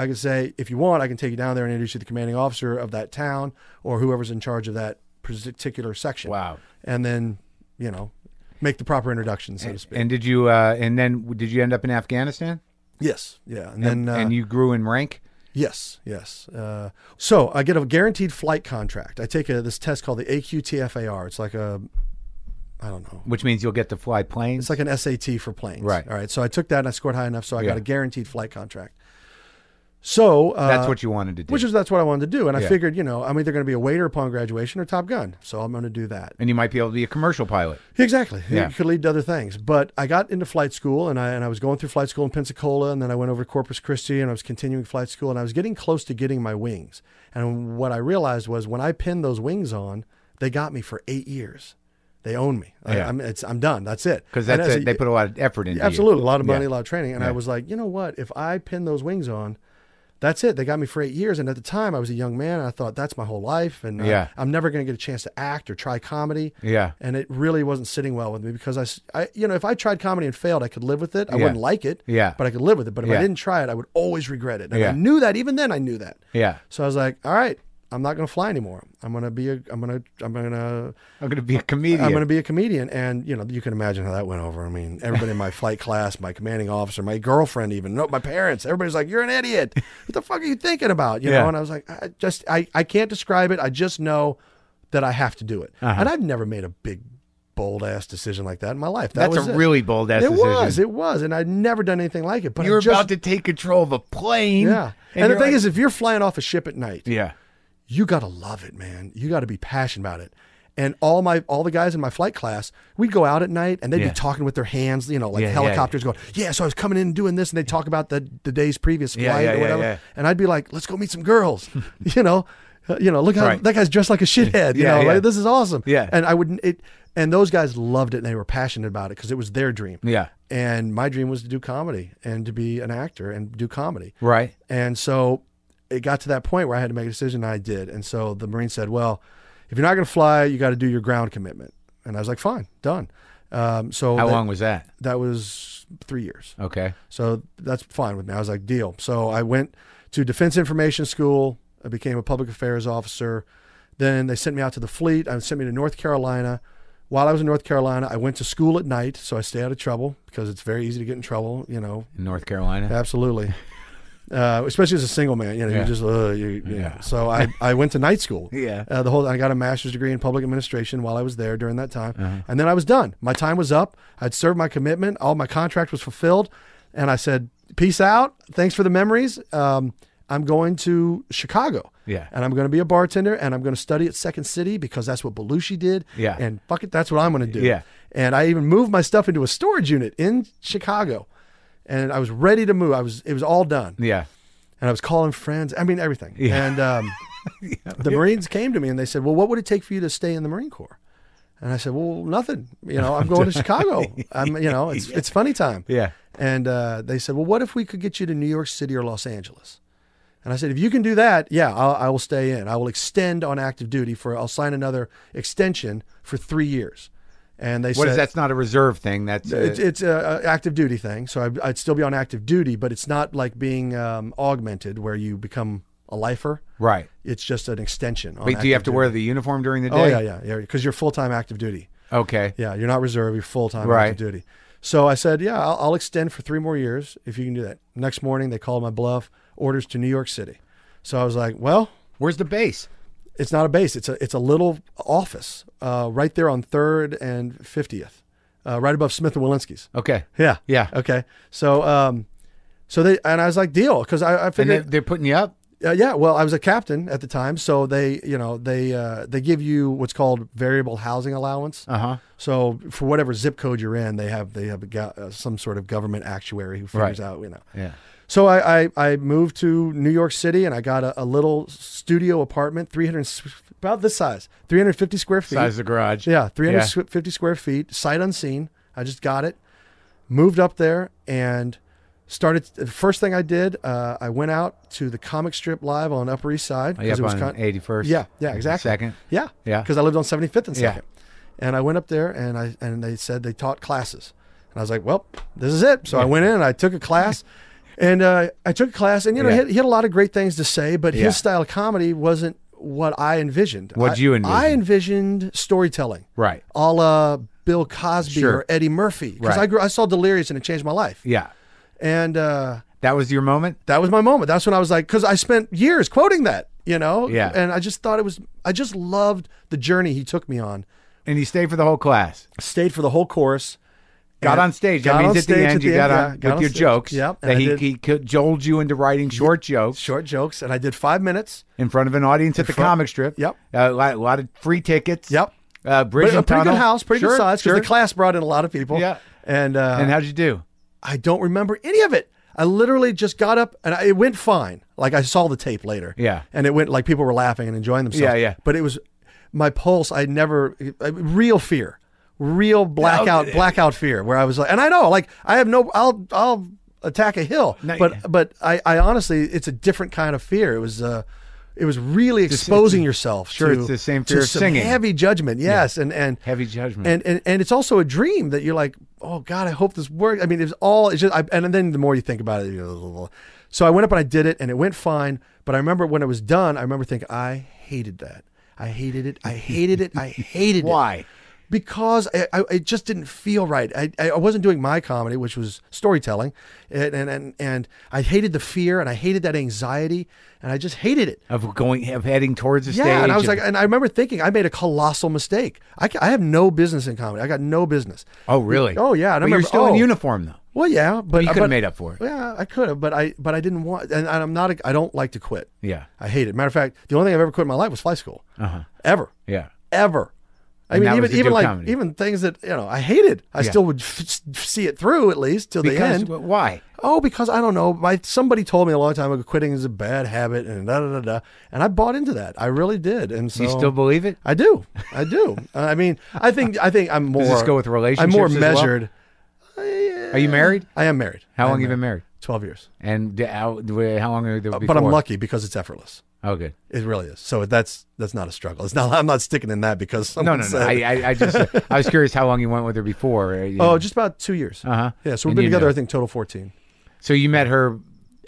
I can say, "If you want, I can take you down there and introduce you to the commanding officer of that town or whoever's in charge of that particular section." Wow. And then you know, make the proper introduction, so to speak. and did you? Uh, and then w- did you end up in Afghanistan? yes. Yeah. And, then uh, and you grew in rank. Yes, yes. Uh, so I get a guaranteed flight contract. I take a, this test called the AQTFAR. It's like a, I don't know, which means you'll get to fly planes. it's like an SAT for planes. Right. All right. So I took that and I scored high enough, so I Yeah. got a guaranteed flight contract. So uh, That's what you wanted to do. which is that's what I wanted to do, and Yeah. I figured, you know, I'm either going to be a waiter upon graduation or Top Gun, so I'm going to do that. and you might be able to be a commercial pilot. Exactly. Yeah. It could lead to other things. But I got into flight school and I, and I was going through flight school in Pensacola and then I went over to Corpus Christi and I was continuing flight school and I was getting close to getting my wings. And what I realized was when I pinned those wings on, they got me for eight years. They own me. I, Yeah. I'm, it's, I'm done. That's it. Because And that's as it. They put a lot of effort into Absolutely. A lot of money, Yeah. a lot of training. And Yeah. I was like, you know what? If I pin those wings on, that's it. They got me for eight years. And at the time, I was a young man. And I thought, that's my whole life. And uh, Yeah. I'm never going to get a chance to act or try comedy. you. Yeah. And it really wasn't sitting well with me because I, s- I- you know, if I tried comedy and failed, I could live with it. I Yeah. wouldn't like it, Yeah. but I could live with it. But if Yeah. I didn't try it, I would always regret it. And Yeah. I knew that. Even then, I knew that. Yeah. So I was like, all right, I'm not going to fly anymore. I'm going to be a, I'm going to, I'm going to, I'm going to be a comedian. I'm going to be a comedian. And, you know, you can imagine how that went over. I mean, everybody in my [laughs] flight class, my commanding officer, my girlfriend, even, no, my parents, everybody's like, you're an idiot. What the fuck are you thinking about? You Yeah. know, and I was like, I just, I, I can't describe it. I just know that I have to do it. Uh-huh. And I've never made a big, bold ass decision like that in my life. That That's was a it. really bold ass It decision. was, it was. And I'd never done anything like it. But You're I just, about to take control of a plane. Yeah. And, the you're thing like- is, if you're flying off a ship at night, yeah. you got to love it, man. You got to be passionate about it. And all my all the guys in my flight class, we'd go out at night and they'd Yeah. be talking with their hands, you know, like Yeah, yeah, helicopters going, yeah, so I was coming in and doing this. And they'd talk about the, the day's previous flight Yeah, yeah, or yeah, whatever. yeah. And I'd be like, let's go meet some [laughs] girls, you know, Uh, you know, look how Right. that guy's dressed like a shithead. You Yeah, know, yeah. like, this is awesome. Yeah. And I wouldn't, it, and those guys loved it and they were passionate about it because it was their dream. Yeah. And my dream was to do comedy and to be an actor and do comedy. Right. And so it got to that point where I had to make a decision, and I did. And so the Marine said, Well, if you're not going to fly, you got to do your ground commitment. And I was like, Fine, done. Um, so How that, long Oh. was that? that was three years. Okay. So that's fine with me. I was like, Deal. So I went to Defense Information School. I became a public affairs officer. Then they sent me out to the fleet. I sent me to North Carolina. While I was in North Carolina, I went to school at night, so I stay out of trouble because it's very easy to get in trouble. You know, In North Carolina. Absolutely. Uh, especially as a single man, you know, Yeah. you just, uh, you, you Yeah. So I, I went to night school. [laughs] Yeah. Uh, the whole, I got a master's degree in public administration while I was there during that time. Uh-huh. And then I was done. My time was up. I'd served my commitment. All my contract was fulfilled. And I said, peace out. Thanks for the memories. Um, I'm going to Chicago. Yeah. And I'm going to be a bartender and I'm going to study at Second City because that's what Belushi did. Yeah. And fuck it, that's what I'm going to do. Yeah. And I even moved my stuff into a storage unit in Chicago. And I was ready to move. I was it was all done. Yeah. And I was calling friends. I mean everything. And [laughs] um, the Marines came to me and they said, "Well, what would it take for you to stay in the Marine Corps?" And I said, "Well, nothing. You [laughs] know, I'm going to Chicago. I'm, you know, it's it's funny time." Yeah. And uh, they said, "Well, what if we could get you to New York City or Los Angeles?" And I said, "If you can do that, yeah, I'll, I will stay in. I will extend on active duty for. I'll sign another extension for three years." And they What said, is that's not a reserve thing. That's uh, it's, it's a, a active duty thing, so I, I'd still be on active duty, but it's not like being um, augmented where you become a lifer. right. It's just an extension. On Wait, do you have active to wear the uniform during the day? duty. Oh yeah, yeah, yeah. Because you're full time active duty. Okay. Yeah, you're not reserve. You're full time Right. active duty. So I said, yeah, I'll, I'll extend for three more years if you can do that. Next morning, they called my bluff. Orders to New York City. So I was like, well, Where's the base? it's not a base. It's a it's a little office uh, right there on Third and Fiftieth, uh, right above Smith and Walensky's. Okay. Yeah. Yeah. Okay. So um, so they and I was like, deal, because I, I And figured they, they're putting you up. uh, yeah, well, I was a captain at the time, so they, you know, they uh, they give you what's called variable housing allowance. Uh huh. So for whatever zip code you're in, they have they have a, go- uh, some sort of government actuary who figures Right. out, you know. Yeah. So I, I I moved to New York City and I got a, a little studio apartment, 300 s- about this size, 350 square feet. Size of the garage. Yeah, 350 Yeah. squ- square feet, sight unseen. I just got it, moved up there, and started. The first thing I did, uh, I went out to the comic strip live on Upper East Side. Are you 'cause up on con- 81st? Yeah, yeah, exactly. Second. Yeah, Yeah. Because I lived on 75th and Yeah. Second, and I went up there and I and they said they taught classes, and I was like, well, this is it. So I went in and I took [laughs] a class. And uh, I took a class, and you know, Yeah. he, had, he had a lot of great things to say, but Yeah. his style of comedy wasn't what I envisioned. What'd I- you envision? I envisioned storytelling, Right. a la Bill Cosby Sure. or Eddie Murphy. Because Right. I grew, I saw Delirious and it changed my life. Yeah. And uh, That was your moment. that was my moment. That's when I was like, because I spent years quoting that, you know. Yeah. And I just thought it was, I just loved the journey he took me on. And you stayed for the whole class. Stayed for the whole course. Got And on stage. got that means on at the stage end at you the got end, on yeah, with got on your stage. jokes. Yep, and That I he, did- he could joled you into writing short jokes Short jokes, and I did five minutes. in front of an audience at the front- comic strip. Yep. A lot, a lot of free tickets. Yep. Uh, bridge But a and pretty good tunnel. house, pretty Sure, good size, because sure. the class brought in a lot of people. Yeah. And uh, and how'd you do? I don't remember any of it. I literally just got up and I, it went fine. Like I saw the tape later. Yeah. And it went like people were laughing and enjoying themselves. Yeah, yeah. But it was my pulse. I never, I- real fear, real blackout, blackout fear where I was like, and I know, like I have no, I'll, I'll attack a hill, No, but, yeah. but I, I honestly, it's a different kind of fear. It was, uh, it was really exposing yourself Sure, to, it's the same to fear of some singing. heavy judgment. Yes. And, and, Heavy judgment. and, and and it's also a dream that you're like, oh God, I hope this works. I mean, it's all it's just, I, and then the more you think about it, you know, blah, blah, blah. so I went up and I did it, and it went fine. But I remember when it was done, I remember thinking, I hated that. I hated it. I hated it. I hated [laughs] it. Why? Because I, I, it just didn't feel right. I, I I wasn't doing my comedy, which was storytelling, and, and and and I hated the fear, and I hated that anxiety, and I just hated it. of going of heading towards the stage. Yeah, and I was of- like, and I remember thinking I made a colossal mistake. I, ca- I have no business in comedy. I got no business. "Oh, really? Oh yeah, and but I you're remember- still in oh. uniform though. Well, yeah, but You uh, could have but- made up for it. Yeah, I could have, but I but I didn't want, and I'm not. A, I don't like to quit. Yeah, I hate it. Matter of fact, the only thing I've ever quit in my life was fly school. Uh-huh. Ever, yeah, ever. I And mean, that was even to even do like comedy. even things that you know I hated, I still would f- s- see it through at least till the because end. wh- why? Oh, because I don't know. My somebody told me a long time ago quitting is a bad habit, and da da da da. And I bought into that. I really did. And so Do you still believe it? I do. I do. Uh, I mean, I think I think I'm more. this go with relationships I'm more as well? measured. Are you married? I am married. How I long am you been married? Twelve years. And d- how, d- how long are there before? But I'm lucky because it's effortless. Oh, good. It really is. So that's that's not a struggle. It's not. I'm not sticking in that because No, someone no, no. said- I, I, I [laughs] just I was curious how long you went with her before. uh, you oh, know. just about two years. Uh-huh. Yeah. So we've And been you together. know. I think total fourteen. so you met her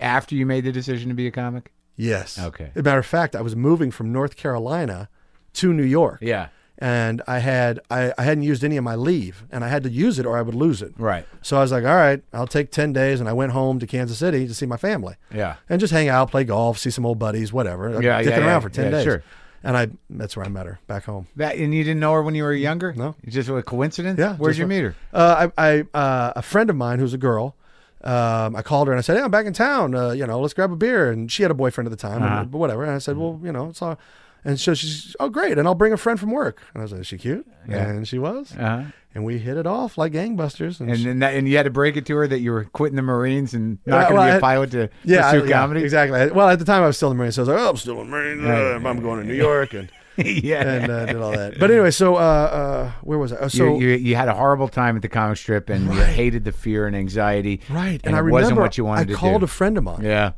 after you made the decision to be a comic? Yes. Okay. As a matter of fact, I was moving from North Carolina to New York. Yeah. And I had I, I hadn't used any of my leave, and I had to use it or I would lose it. Right. So I was like, all right, I'll take ten days, and I went home to Kansas City to see my family. Yeah. and just hang out, play golf, see some old buddies, whatever. Yeah, dicking yeah, around yeah. for ten Yeah, days. sure. And I that's where I met her back home. That and you didn't know her when you were younger? No. It's just a coincidence. Yeah, [laughs] Where'd just you what- meet her? Uh, I, I uh, a friend of mine who's a girl. um, I called her and I said, "Hey, I'm back in town. Uh, you know, let's grab a beer." And she had a boyfriend at the time, Uh-huh. and- but whatever. And I Mm-hmm. said, "Well, you know, it's all." And so she's, "Oh, great!" And I'll bring a friend from work. And I was like, "Is she cute?" And she was. Uh-huh. And we hit it off like gangbusters. And she- then that, and you had to break it to her that you were quitting the Marines and not Yeah, going to well, be a I- pilot to yeah, I- pursue yeah, comedy. exactly. I- Well, at the time I was still in the Marines, so I was like, "Oh, I'm still in the Marines. Right. uh, I'm going to New [laughs] York and yeah. and uh, did all that." But anyway, so uh, uh, where was I? Oh, so you, you, you had a horrible time at the comic strip and you hated the fear and [laughs] anxiety. right, And, I it remember wasn't what you wanted I to called do. a friend of mine, yeah.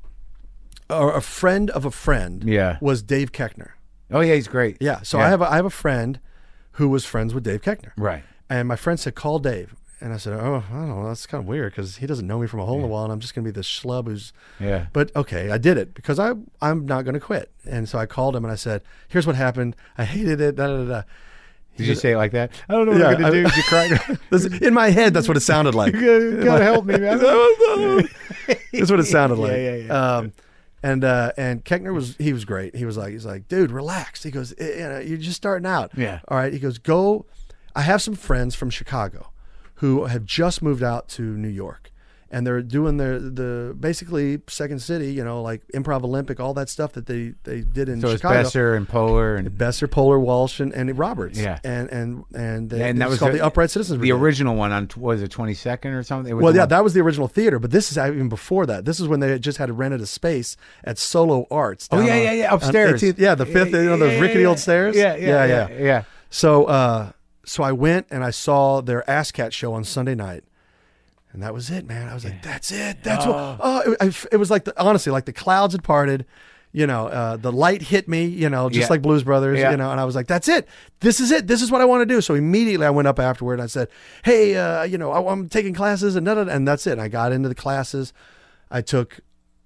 or a friend of a friend. Yeah. was Dave Keckner. Oh, yeah, he's great. Yeah. So I have a, I have a friend who was friends with Dave Keckner. Right. And my friend said, "Call Dave." And I said, "Oh, I don't know. That's kind of weird because he doesn't know me from a hole in the wall, and I'm just going to be this schlub who's." Yeah. But okay, I did it because I I'm not going to quit. And so I called him and I said, "Here's what happened. I hated it." Da da da. da." Did you say it like that? I don't know what I'm Yeah, going to do. [laughs] I- Did you cry? This- in my head, that's what it sounded like. You gotta help me, man. That's what it sounded [laughs] like. yeah, yeah. Um, and uh, and Keckner was he was great. He was like he's like, dude, relax. He goes, "Eh, you know, you're just starting out. Yeah. All right. He goes, go. I have some friends from Chicago who have just moved out to New York, and they're doing their the basically Second City, you know, like Improv Olympic, all that stuff that they they did in So it's Chicago. Besser and Poehler and Besser, Polar, Walsh, and, and Roberts. Yeah. And and and, they, And that was it was called the- the Upright Citizens. the Brigade. original one on tw- was it 22nd or something? It was Well, the yeah, one- that was the original theater, but this is even before that. This is when they had just had rented a space at Solo Arts. Oh down yeah, on- yeah, yeah. on Upstairs. 18th yeah, Uh-huh. the fifth, you know, those yeah, rickety yeah. old stairs. Yeah, yeah, yeah, yeah. So, uh, so I went and I saw their Ass Cat show on Sunday night, and that was it, man. I was like, that's it. That's what. Oh, it, I- it was like the honestly, like the clouds had parted. You know, uh, the light hit me. You know, just Yeah. like Blues Brothers. Yeah. You know, and I was like, that's it. This is it. This is what I want to do. So immediately I went up afterward and I said, hey, uh, you know, I, am taking classes and da, da, da, and that's it. And I got into the classes. I took.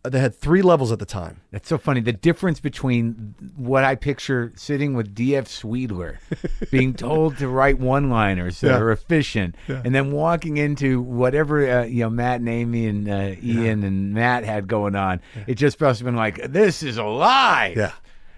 They had three levels at the time. That's so funny. The difference between what I picture sitting with D.F. [laughs] Sweedler, being told to write one-liners that Yeah. are efficient, and then walking into whatever uh, you know Matt and Amy and uh, Ian and Matt had going on, it just must have been like this is alive. Yeah,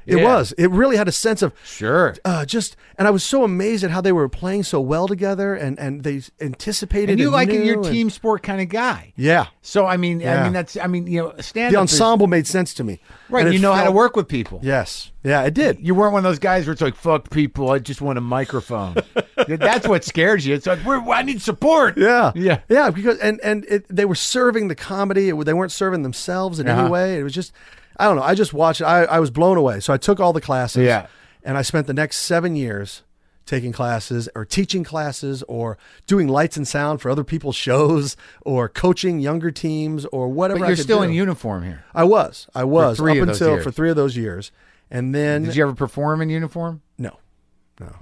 it Yeah. was. It really had a sense of Sure. uh, just and I was so amazed at how they were playing so well together and and they anticipated And you like knew your and- team sport kind of guy. yeah So I mean, I Yeah. mean that's I mean you know stand the ensemble made sense to me right? And You it know how to felt- work with people. yes yeah it did You weren't one of those guys where it's like, fuck people, I just want a [laughs] microphone. That's what scares you. It's like, we're, I need support. yeah Yeah. yeah because and and it, they were serving the comedy it, they weren't serving themselves in Uh-huh. any way it was just I don't know I just watched it I I was blown away so I took all the classes Yeah. and I spent the next seven years taking classes or teaching classes or doing lights and sound for other people's [laughs] shows or coaching younger teams or whatever But I you're could still in do. uniform here. I was. I was three up of those until years. for three of those years, and then Did you ever perform in uniform no.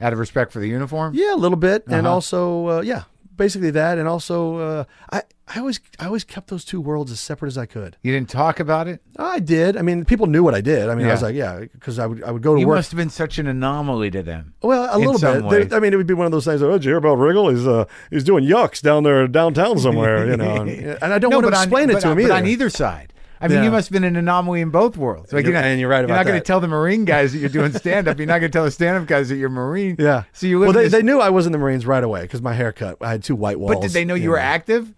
out of respect for the uniform? Yeah, a little bit, Uh-huh. and also uh, yeah, basically that, and also uh, I I always I always kept those two worlds as separate as I could. You didn't talk about it? I did. I mean, people knew what I did. I mean, Yeah. I was like, yeah, because I would I would go to You work. must have been such an anomaly to them. well, a in little some bit. way. They, I mean, it would be one of those things. Oh, did you hear about Wriggle? He's uh he's doing yucks down there downtown somewhere, [laughs] you know. And, and I don't want to on- explain but it to on- him either. But on either side. I mean, Yeah. you must have been an anomaly in both worlds. Like, You're- and you're right You're about not going to that. tell the [laughs] Marine guys that you're doing stand up. you're not going to tell the stand up guys that you're Marine. yeah. So you live well, in they, this- they knew I was in the Marines right away because my haircut. I had two white walls. But did they know you were active?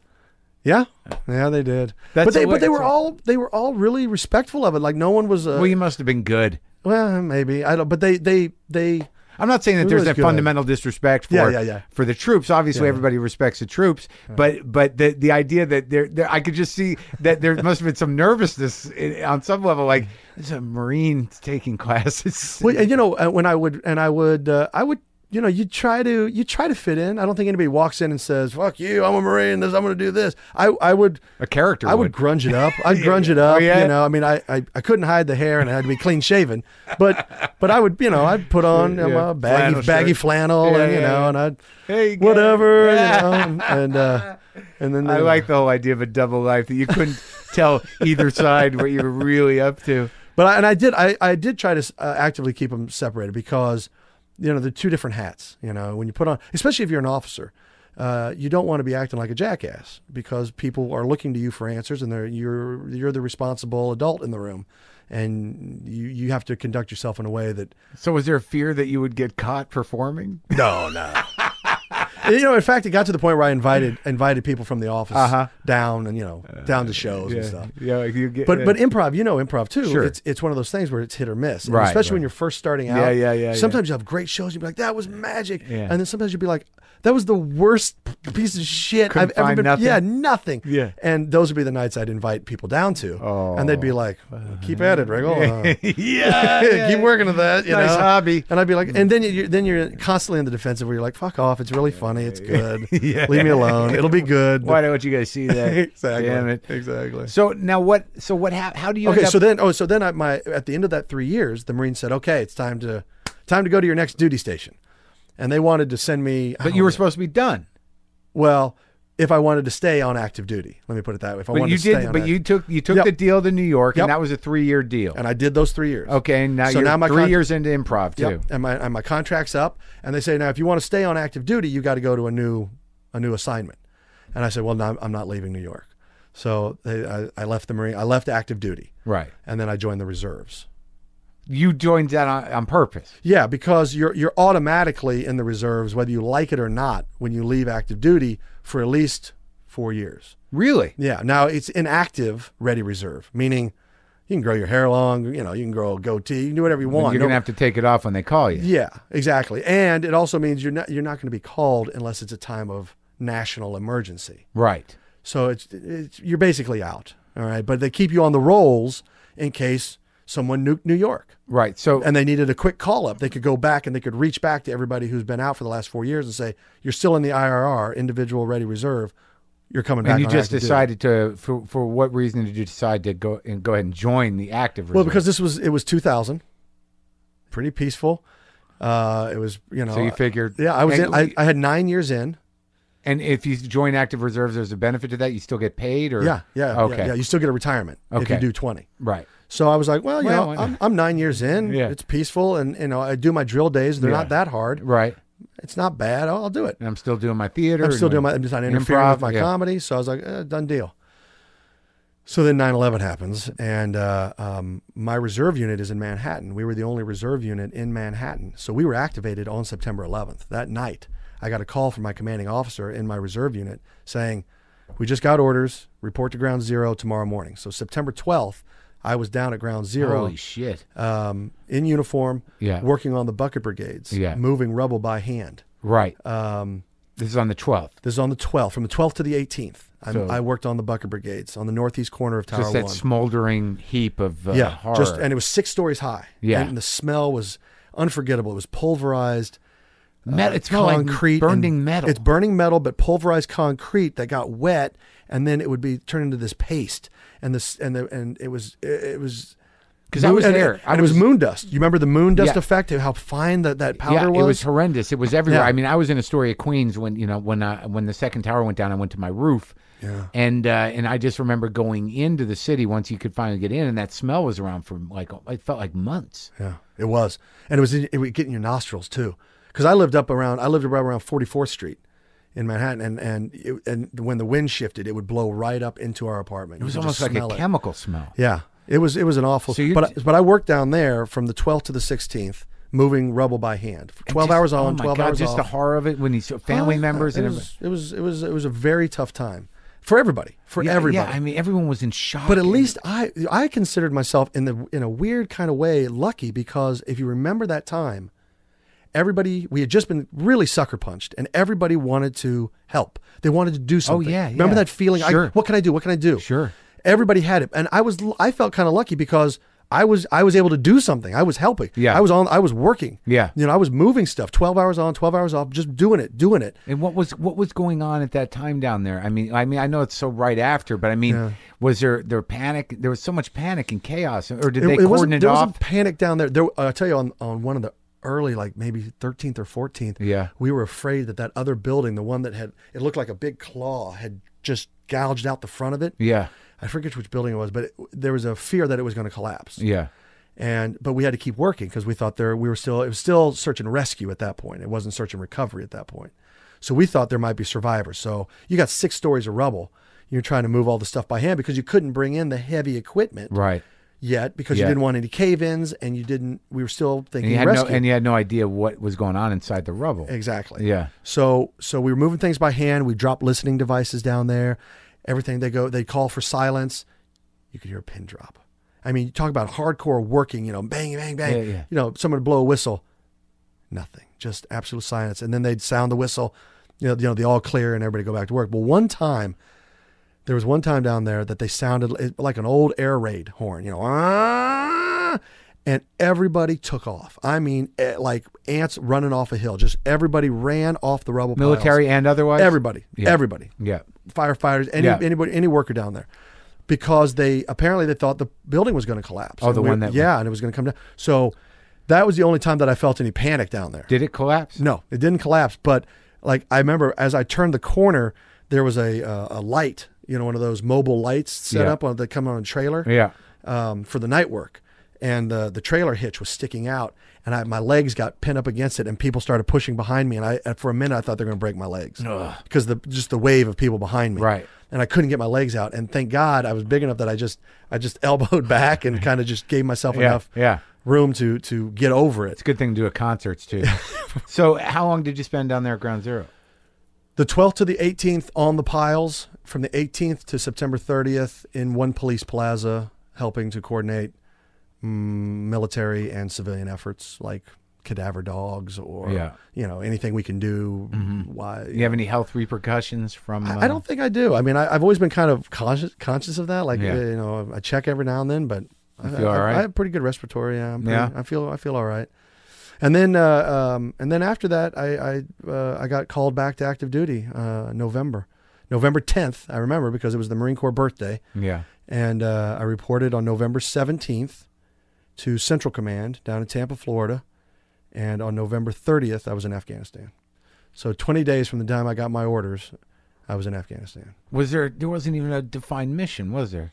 Yeah, yeah, they did. That's but they, a way- but they that's were a- all they were all really respectful of it. Like no one was. Uh, Well, you must have been good. well, maybe I don't. But they, they, they. I'm not saying that It there's was that good. fundamental disrespect for Yeah, yeah, yeah. for the troops. Obviously, everybody respects the troops, but but the the idea that there there I could just see that there must have been some nervousness in, on some level. Like there's a Marine taking classes. Well, and, you know, uh, when I would and I would, uh, I would, you know, you try to you try to fit in. I don't think anybody walks in and says, "Fuck you, I'm a Marine. This, I'm going to do this." I, I would. a character. Oh, I would grunge it up. [laughs] I'd grunge it up. yeah? You know, I mean, I, I, I couldn't hide the hair and I had to be clean shaven, [laughs] but but I would, you know, I'd put on um, Yeah. a baggy Flannel baggy shirt. flannel Yeah, and you yeah, know, yeah. and I'd Hey, guys. [laughs] whatever, Yeah. you know, and and, uh, and then I the- like the whole idea of a double life that you [laughs] couldn't tell either side what you were really up to. But I, and I did I, I did try to uh, actively keep them separated because you know they're two different hats. You know when you put on, especially if you're an officer, uh, you don't want to be acting like a jackass because people are looking to you for answers and they're you're you're the responsible adult in the room, and you you have to conduct yourself in a way that So was there a fear that you would get caught performing? no no. [laughs] you know, in fact, it got to the point where I invited invited people from the office down and you know down to shows and stuff. yeah, you get, But but improv, you know, improv too. Sure. It's it's one of those things where it's hit or miss, And Right, especially when right. you're first starting out. Yeah, yeah, yeah, Sometimes you have great shows. You'd be like, "That was magic," Yeah. and then sometimes you'd be like, "That was the worst p- piece of shit Couldn't I've ever find been." nothing? Yeah, nothing. Yeah. and those would be the nights I'd invite people down to, and they'd be like, [laughs] "Keep at it, Riggle. Uh, Oh. yeah, [laughs] keep working at that." You nice know? hobby. And I'd be like, and then you're then you're constantly on the defensive where you're like, "Fuck off! It's really funny. It's good. [laughs] Yeah. Leave me alone. It'll be good." Why don't you guys see [laughs] that? exactly. Damn it. Exactly. So now what? So what? How, how do you? Okay, end up- so then oh, so then at my at the end of that three years, the Marine said, "Okay, it's time to time to go to your next duty station," and they wanted to send me. I but don't you were know, supposed to be done. well if I wanted to stay on active duty. Let me put it that way. If I But wanted you to stay did. on But act- you took you took Yep. the deal to New York, Yep. and that was a three year deal. and I did those three years. Okay, and now So you're now my three con- years into improv too. Yep. And my and my contract's up, and they say now if you want to stay on active duty, you got to go to a new a new assignment. And I said, well, no, I'm not leaving New York. So they, I, I left the Marine. I left active duty, Right. and then I joined the reserves. You joined that on, on purpose. Yeah, because you're you're automatically in the reserves, whether you like it or not, when you leave active duty for at least four years. Really? Yeah. Now it's inactive ready reserve, meaning you can grow your hair long, you know, you can grow a goatee, you can do whatever you want. You're No- gonna have to take it off when they call you. yeah, exactly. And it also means you're not you're not going to be called unless it's a time of national emergency. Right. So it's, it's you're basically out. All right, but they keep you on the rolls in case someone nuked New York Right. So and they needed a quick call up, they could go back and they could reach back to everybody who's been out for the last four years and say, "You're still in the IRR, individual ready reserve. You're coming back." and you on just active duty." decided to for for what reason did you decide to go and go ahead and join the active? Well, reserve? because this was it was 2000, pretty peaceful. Uh, it was you know. so you figured. yeah, I was and, in. I, I had nine years in. and if you join active reserves, there's a benefit to that. You still get paid, or Yeah, yeah, yeah, Okay. yeah. You still get a retirement if you Okay. do 20. right. So I was like, well, you Well, why know, not? I'm, I'm nine years in. Yeah. It's peaceful, and you know, I do my drill days. They're Yeah. not that hard. Right. It's not bad. I'll, I'll do it. And I'm still doing my theater. I'm and still doing my- my. I'm just not interfering Improv, with my yeah. comedy. So I was like, eh, done deal. So then 9/11 happens, and uh, um, my reserve unit is in Manhattan. We were the only reserve unit in Manhattan, so we were activated on September 11th. That night, I got a call from my commanding officer in my reserve unit saying, "We just got orders. Report to Ground Zero tomorrow morning." So September 12th, I was down at Ground Zero Holy shit! um, in uniform, Yeah. working on the bucket brigades, Yeah. moving rubble by hand. Right. Um, this is on the 12th. this is on the 12th, from the 12th to the 18th. I'm, So- I worked on the Bucket Brigades on the northeast corner of Tower Just that One. smoldering heap of uh, yeah, horror. just and it was six stories high. Yeah. and the smell was unforgettable. It was pulverized metal. It's concrete, Uh, concrete, and- burning metal. It's burning metal, but pulverized concrete that got wet, and then it would be turned into this paste. And this and the and it was it it was. 'Cause I moon- was and- there. and I it was was- moon dust. You remember the moon dust Yeah. effect? How fine that that powder yeah, was. it was horrendous. It was everywhere. Yeah. I mean, I was in Astoria, Queens when you know when I, when the second tower went down. I went to my roof, Yeah. and uh, and I just remember going into the city once you could finally get in, and that smell was around for like it felt like months. Yeah, it was, and it was in, it would get in your nostrils too, because I lived up around I lived right around 44th Street in Manhattan, and and it, and when the wind shifted, it would blow right up into our apartment. It was almost like a chemical smell. Yeah, it was it was an awful. So you- but I- but I worked down there from the 12th to the 16th, moving rubble by hand, 12 Just- hours on, oh my 12 God, hours Just off. the horror of it when you saw family Oh, members It and was, it was it was it was a very tough time for everybody, for every- everybody. Yeah, I mean everyone was in shock. But at and- least I I considered myself in the in a weird kind of way lucky because if you remember that time, everybody we had just been really sucker punched and everybody wanted to help. They wanted to do something. Oh, yeah, Remember yeah. that feeling? I, Sure. what can I do? What can I do? Sure. Everybody had it, and I was I felt kind of lucky because. I was I was able to do something. I was helping. Yeah. I was on. I was working. Yeah. You know, I was moving stuff. Twelve hours on, twelve hours off. Just doing it, doing it. And what was what was going on at that time down there? I mean, I mean, I know it's so right after, but I mean, was there there panic? There was so much panic and chaos, or did they it wasn't- cordon it there off? wasn't panic down there. There, I'll tell you on on one of the early, like maybe 13th or 14th. Yeah. we were afraid that that other building, the one that had it looked like a big claw, had just gouged out the front of it. yeah, I forget which building it was, but it, there was a fear that it was going to collapse. yeah, And but we had to keep working because we thought there we were still it was still search and rescue at that point. It wasn't search and recovery at that point. So we thought there might be survivors. So you got six stories of rubble. You're trying to move all the stuff by hand because you couldn't bring in the heavy equipment right. yet because Yeah. you didn't want any cave-ins and you didn't. We were still And thinking you had rescue. no, and you had no idea what was going on inside the rubble. exactly. Yeah. So so we were moving things by hand. We dropped listening devices down there. Everything they go, they call for silence. You could hear a pin drop. I mean, you talk about hardcore working. You know, bang, bang, bang. Yeah, yeah. You know, someone would blow a whistle. Nothing, just absolute silence. And then they'd sound the whistle. You know, you know, the all clear, and everybody go back to work. But one time, there was one time down there that they sounded li- like an old air raid horn. You know, "Ah!" and everybody took off. I mean, eh, like ants running off a hill. Just everybody ran off the rubble. piles. Military and otherwise. Everybody, Yeah. everybody, Yeah. firefighters, any Yeah. anybody, any worker down there, because they apparently they thought the building was going to collapse. Oh, And the we- one that- yeah, and it was going to come down. So that was the only time that I felt any panic down there. Did it collapse? no, it didn't collapse, but like I remember as I turned the corner, there was a uh, a light, you know, one of those mobile lights set Yeah. up on that come on a trailer Yeah. um, for the night work, and uh, the the trailer hitch was sticking out, and I, my legs got pinned up against it, and people started pushing behind me, and I and for a minute I thought they were going to break my legs because the just the wave of people behind me, Right. And I couldn't get my legs out, and thank God I was big enough that I just I just [laughs] elbowed back [laughs] and kind of just gave myself Yeah. enough Yeah. room to to get over it. It's a good thing to do at concerts [laughs] too. so, how long did you spend down there at Ground Zero? The 12th to the 18th on the piles, from the 18th to September 30th in one police plaza, helping to coordinate mm, military and civilian efforts like cadaver dogs or Yeah. you know anything we can do. Why? You have any health repercussions from? uh, I, I don't think I do. I mean, I, I've always been kind of conscious conscious of that. Like uh, Yeah. you know, I check every now and then, but I, feel I- all right? I have pretty good respiratory. Yeah, I'm pretty- Yeah. I feel I feel all right. And then uh, um, and then after that, I I, uh, I got called back to active duty uh, November November 10th. I remember because it was the Marine Corps birthday, Uh, yeah. and uh, I reported on November 17th to Central Command down in Tampa, Florida, and on November 30th, I was in Afghanistan. So 20 days from the time I got my orders, I was in Afghanistan. Was there? There wasn't even a defined mission, was there?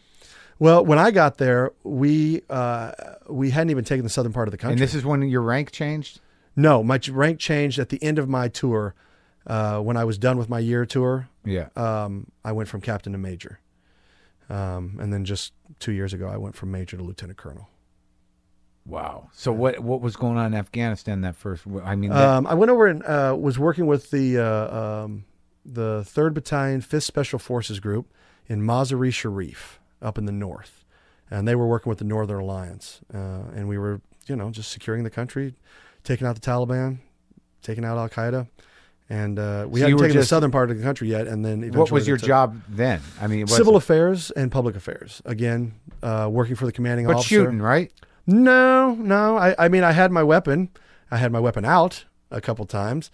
Well, when I got there, we uh, we hadn't even taken the southern part of the country. And this is when your rank changed. no, my ch- rank changed at the end of my tour. Uh, when I was done with my year tour, Yeah. um, I went from captain to major, um, and then just two years ago, I went from major to lieutenant colonel. Wow. So what? What was going on in Afghanistan that first? I mean, that, Um, I went over and uh, was working with the uh, um, the Third Battalion, Fifth Special Forces Group in Mazar-e Sharif up in the north, and they were working with the Northern Alliance, uh, and we were you know just securing the country, taking out the Taliban, taking out Al Qaeda, and uh, we So you hadn't were taken the just- southern part of the country yet. And then eventually what was they your took- job then? I mean, it was, Civil affairs and public affairs. Again, uh, working for the commanding but officer. shooting, right? No, no. I, I mean, I had my weapon. I had my weapon out a couple times,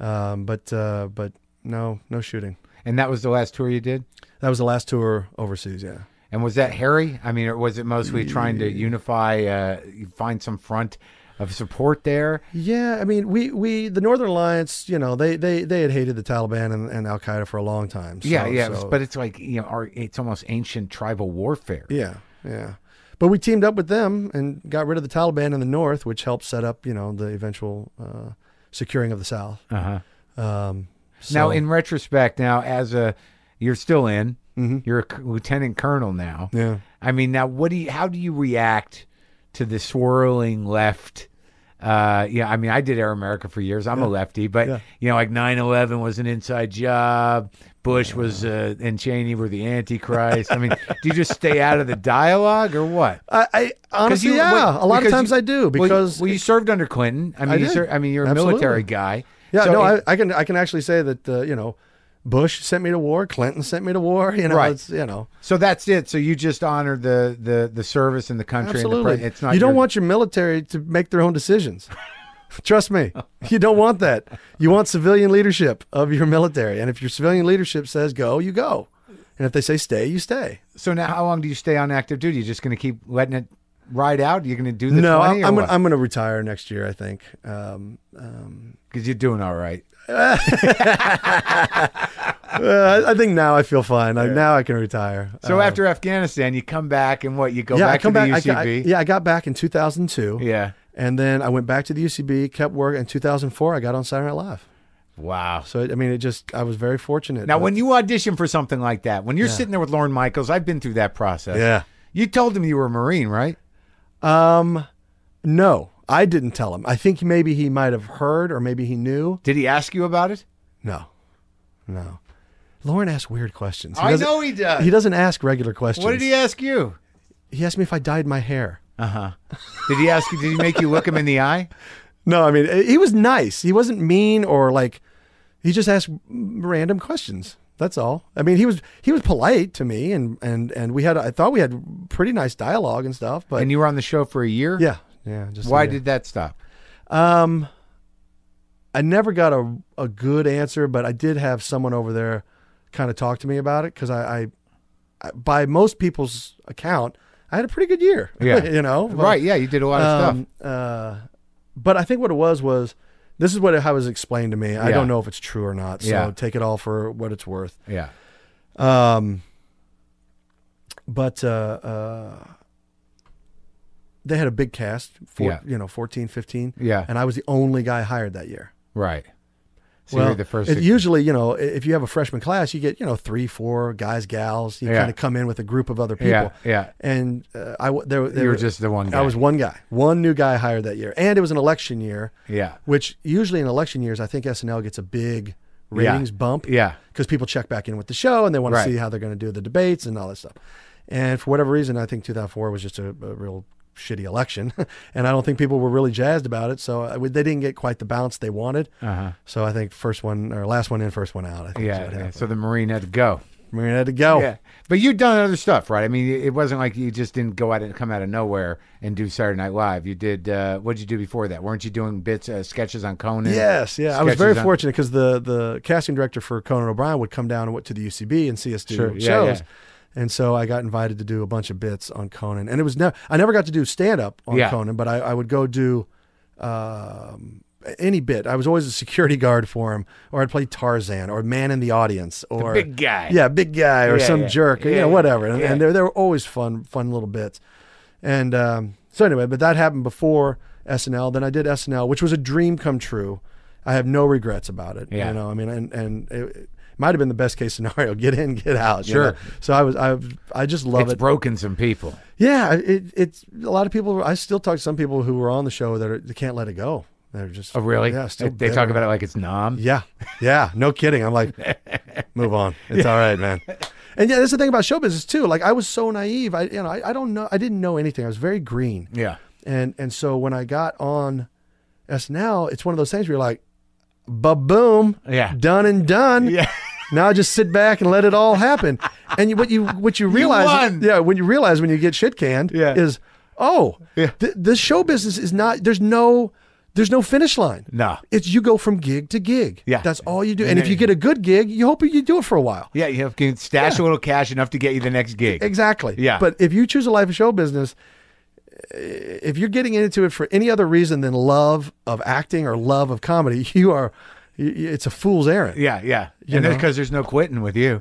um, but uh, but no, no shooting. And that was the last tour you did. That was the last tour overseas. Yeah. And was that Harry? I mean, or was it mostly trying to unify, uh, find some front of support there? Yeah, I mean, we, we the Northern Alliance, you know, they they, they had hated the Taliban and, and Al Qaeda for a long time. So, yeah, yeah. so- but it's like you know, our, it's almost ancient tribal warfare. yeah, yeah. But we teamed up with them and got rid of the Taliban in the north, which helped set up, you know, the eventual uh, securing of the south. Uh-huh. Um, Now, so- in retrospect, now as a you're still in, you're a c- lieutenant colonel now. yeah. I mean, now what do you? How do you react to the swirling left? Uh, yeah, I mean, I did Air America for years. I'm a lefty, but Yeah. you know, like 9/11 was an inside job. Bush was, uh, and Cheney were the Antichrist. I mean, [laughs] do you just stay out of the dialogue or what? I, I honestly, yeah. well, a lot of because times you- I do well, you- because well, you served under Clinton. I mean, you did. ser- I mean, you're a Absolutely. military guy. Yeah, So no, it- I, I can I can actually say that uh, you know, Bush sent me to war, Clinton sent me to war. [laughs] You know, Right. it's, you know, So that's it. So you just honor the the the service in the country. And the absolutely. pre- it's not you don't your- want your military to make their own decisions. [laughs] [laughs] Trust me, you don't want that. You want civilian leadership of your military, and if your civilian leadership says go, you go, and if they say stay, you stay. So now, how long do you stay on active duty? You're just going to keep letting it ride out? You're going to do the no, I'm 20 I'm or gonna, I'm going to retire next year. I think. Um, um, because you're doing all right. uh, I I think now I feel fine. Like, now I can retire. So Uh, after Afghanistan, you come back and what? You go yeah, back I come to the back. I UCB. got- I- yeah, I got back in 2002. Yeah. And then I went back to the UCB, kept work. In 2004, I got on Saturday Night Live. Wow. So I mean, it just I was very fortunate. Now, Uh, when you audition for something like that, when you're sitting there with Lauren Michaels, I've been through that process. Yeah. You told him you were a Marine, right? Um, no, I didn't tell him. I think maybe he might have heard or maybe he knew. Did he ask you about it? No, no. Lauren asks weird questions. He I doesn't- know he does. [laughs] He doesn't ask regular questions. What did he ask you? He asked me if I dyed my hair. Uh huh. Did he ask you? Did he make you look him in the eye? No, I mean he was nice. He wasn't mean or like. He just asked random questions. That's all. I mean, he was he was polite to me, and and and we had I thought we had pretty nice dialogue and stuff. But And you were on the show for a year. yeah, yeah. Just Why yeah. did that stop? Um, I never got a, a good answer, but I did have someone over there kind of talk to me about it because I, I, I, by most people's account, I had a pretty good year. Yeah. [laughs] you know, right. Yeah, you did a lot of stuff. Um, uh, but I think what it was was this is what it, how it was explained to me. I Yeah. don't know if it's true or not, so Yeah. take it all for what it's worth. Yeah. Um, but uh, uh, they had a big cast, for, Yeah. you know, 14, 15. Yeah. And I was the only guy hired that year. Right. So you were the first. it, to- usually, you know, i- if you have a freshman class, you get, you know, three, four guys, gals. You Yeah. kind of come in with a group of other people. Yeah, yeah. And uh, I, w- there, there you were were- just the one. Guy. I was one guy, one new guy hired that year. And it was an election year, Yeah. which usually in election years, I think SNL gets a big Yeah. ratings bump Yeah. because people check back in with the show and they want Right. to see how they're going to do the debates and all that stuff. And for whatever reason, I think 2004 was just a, a real shitty election, [laughs] and I don't think people were really jazzed about it. So I, would- they didn't get quite the bounce they wanted. Uh-huh. So I think first one or last one in, first one out. I think Yeah. is what yeah. happened. So the Marine had to go. I mean, I had to go. Yeah. But you'd done other stuff, right? I mean, it wasn't like you just didn't go out and come out of nowhere and do Saturday Night Live. You did. Uh, what did you do before that? Weren't you doing bits, uh, sketches on Conan? Yes, yeah. I was very Sketches on- fortunate because the the casting director for Conan O'Brien would come down and went to the UCB and see us do Sure, yeah, shows. yeah. And so I got invited to do a bunch of bits on Conan, and it was never I never got to do stand up on Yeah. Conan, but I, I would go do um, any bit. I was always a security guard for him, or I'd play Tarzan, or man in the audience, or big guy. yeah, big guy, or Yeah, some yeah. jerk, or, Yeah, you know, yeah, whatever. And, yeah. and they they were always fun, fun little bits. And um, so anyway, but that happened before SNL. Then I did SNL, which was a dream come true. I have no regrets about it. Yeah. You know, I mean, and and it, it might have been the best case scenario: [laughs] get in, get out. you Sure. know? So I was, I, I just love It's it. broken some people. yeah, it, it's a lot of people. I still talk to some people who were on the show that are, they can't let it go. They're just Oh, really? Yeah, still they talk bitter. about it like it's nom. Yeah, yeah, no kidding. I'm like, move on. It's all right, man. And yeah, that's the thing about show business too. Like I was so naive. I you know I, I don't know. I didn't know anything. I was very green. Yeah. And and so when I got on SNL, it's one of those things where you're like, ba boom, Yeah. done and done. Yeah. Now just sit back and let it [laughs] all happen. And you, what you what you realize, won. yeah, when you realize when you get shit canned, Yeah. is oh, Yeah. th- the show business is not. There's no there's no finish line. No. It's you go from gig to gig. Yeah. That's all you do. And And then- if you get a good gig, you hope you do it for a while. Yeah. You have, can stash a little cash enough to get you the next gig. Exactly. Yeah. But if you choose a life of show business, eh, if you're getting into it for any other reason than love of acting or love of comedy, [laughs] you are, y- y- it's a fool's errand. Yeah, yeah, and that's know? because there's no quitting with you.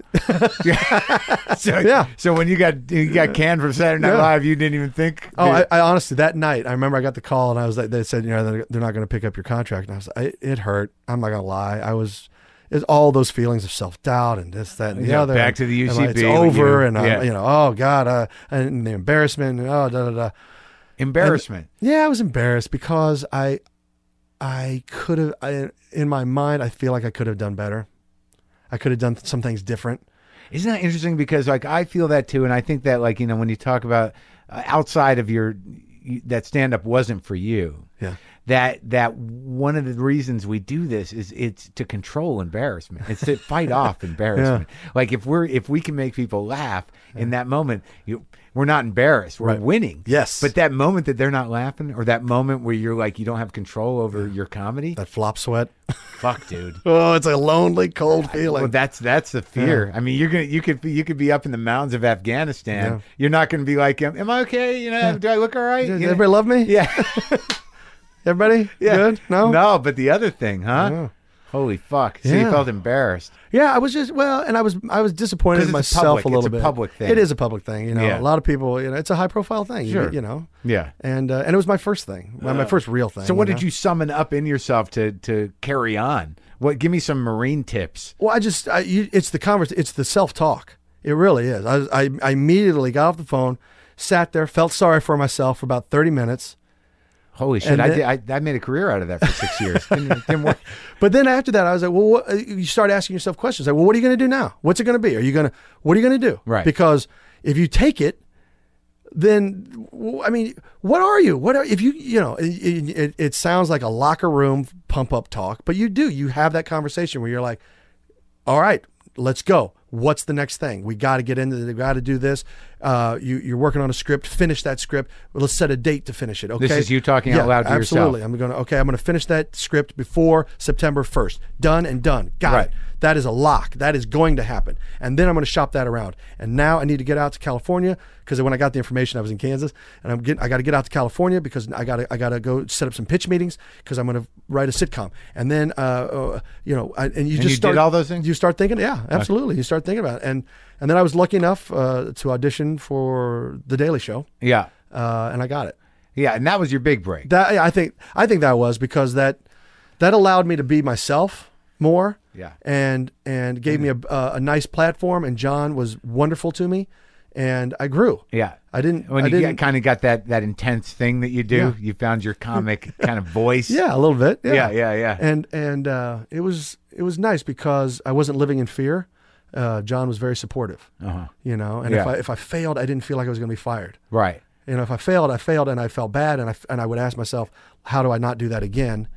so, [laughs] Yeah. So when you got you got canned from Saturday Night Yeah. Live, you didn't even think. Oh, I, I honestly, that night, I remember I got the call and I was like, they said, you know, they're, they're not going to pick up your contract. And I was like, it, it hurt. I'm not going to lie. I was, it's all those feelings of self doubt and this, that, and the Yeah, other. back to the And, like, UCB it's when over. you- and, I'm, yeah. you know, oh, God, uh, and the embarrassment. And, oh, da, da, da. embarrassment. Yeah, I was embarrassed because I, I could have. I, in my mind, I feel like I could have done better. I could have done some things different. Isn't that interesting? Because like I feel that too, and I think that like you know when you talk about uh, outside of your you- that stand up wasn't for you. Yeah. That that one of the reasons we do this is it's to control embarrassment. It's to fight off embarrassment. Like if we're if we can make people laugh in that moment, you, we're not embarrassed. We're winning. Yes. But that moment that they're not laughing, or that moment where you're like you don't have control over your comedy, That flop [laughs] sweat. fuck, dude. Oh, it's a lonely, cold Well, feeling. that's that's the fear. I mean, you're gonna you could be- you could be up in the mountains of Afghanistan. Yeah. You're not gonna be like, am, am I okay? You know, do I look all right? Does You know? everybody love me? yeah, [laughs] Everybody? yeah. Good? No? no. But the other thing, huh? Yeah. Holy fuck! So you Yeah. felt embarrassed. Yeah, I was just well, and I was I was disappointed 'Cause in it's myself public. a It's little a bit. public thing. It is a public thing, you know. Yeah. A lot of people, you know, it's a high profile thing. you- Sure. You know. Yeah. And uh, and it was my first thing, my, my first real thing. So what you know? did you summon up in yourself to to carry on? What? Give me some marine tips. Well, I just I, you, it's the convers it's the self talk. It really is. I, I I immediately got off the phone, sat there, felt sorry for myself for about 30 minutes. Holy shit! And I, then- did, I I made a career out of that for [laughs] six years. Didn't, didn't work. But then after that, I was like, well, what, uh, you start asking yourself questions like, well, what are you going to do now? What's it going to be? Are you going to, what are you going to do? Right. Because if you take it, then w- I mean, what are you? What are if you you know? It, it, it sounds like a locker room pump up talk, but you do you have that conversation where you're like, all right, let's go. What's the next thing? We got to get into. We got to do this. Uh, you, you're working on a script. Finish that script. Let's set a date to finish it. Okay. is you talking out loud to yourself. absolutely. I'm going to. Okay. I'm going to finish that script before September 1st. Done and done. Got Right. it. That is a lock. That is going to happen. And then I'm going to shop that around. And now I need to get out to California because when I got the information, I was in Kansas, and I'm getting. I got to get out to California because I got. to I got to go set up some pitch meetings because I'm going to write a sitcom. And then, uh, uh, you know, I, and you just you did start all those things? You start thinking, yeah, absolutely. You start thinking about it. And and then I was lucky enough uh, to audition for the Daily Show, Yeah, uh, and I got it. yeah, and that was your big break. That yeah, I think I think that was because that that allowed me to be myself more. Yeah. Mm-hmm. And and gave me a, a a nice platform. And John was wonderful to me, and I grew. Yeah, I didn't. when I you didn't. kind of got that that intense thing that you do, Yeah. you found your comic kind of voice. [laughs] yeah, a little bit. yeah, yeah, yeah. And and uh, it was it was nice because I wasn't living in fear. Uh, John was very supportive. Uh-huh. You know, and if Yeah. I if I failed, I didn't feel like I was going to be fired. Right. You know, if I failed, I failed, and I felt bad, and I and I would ask myself, how do I not do that again?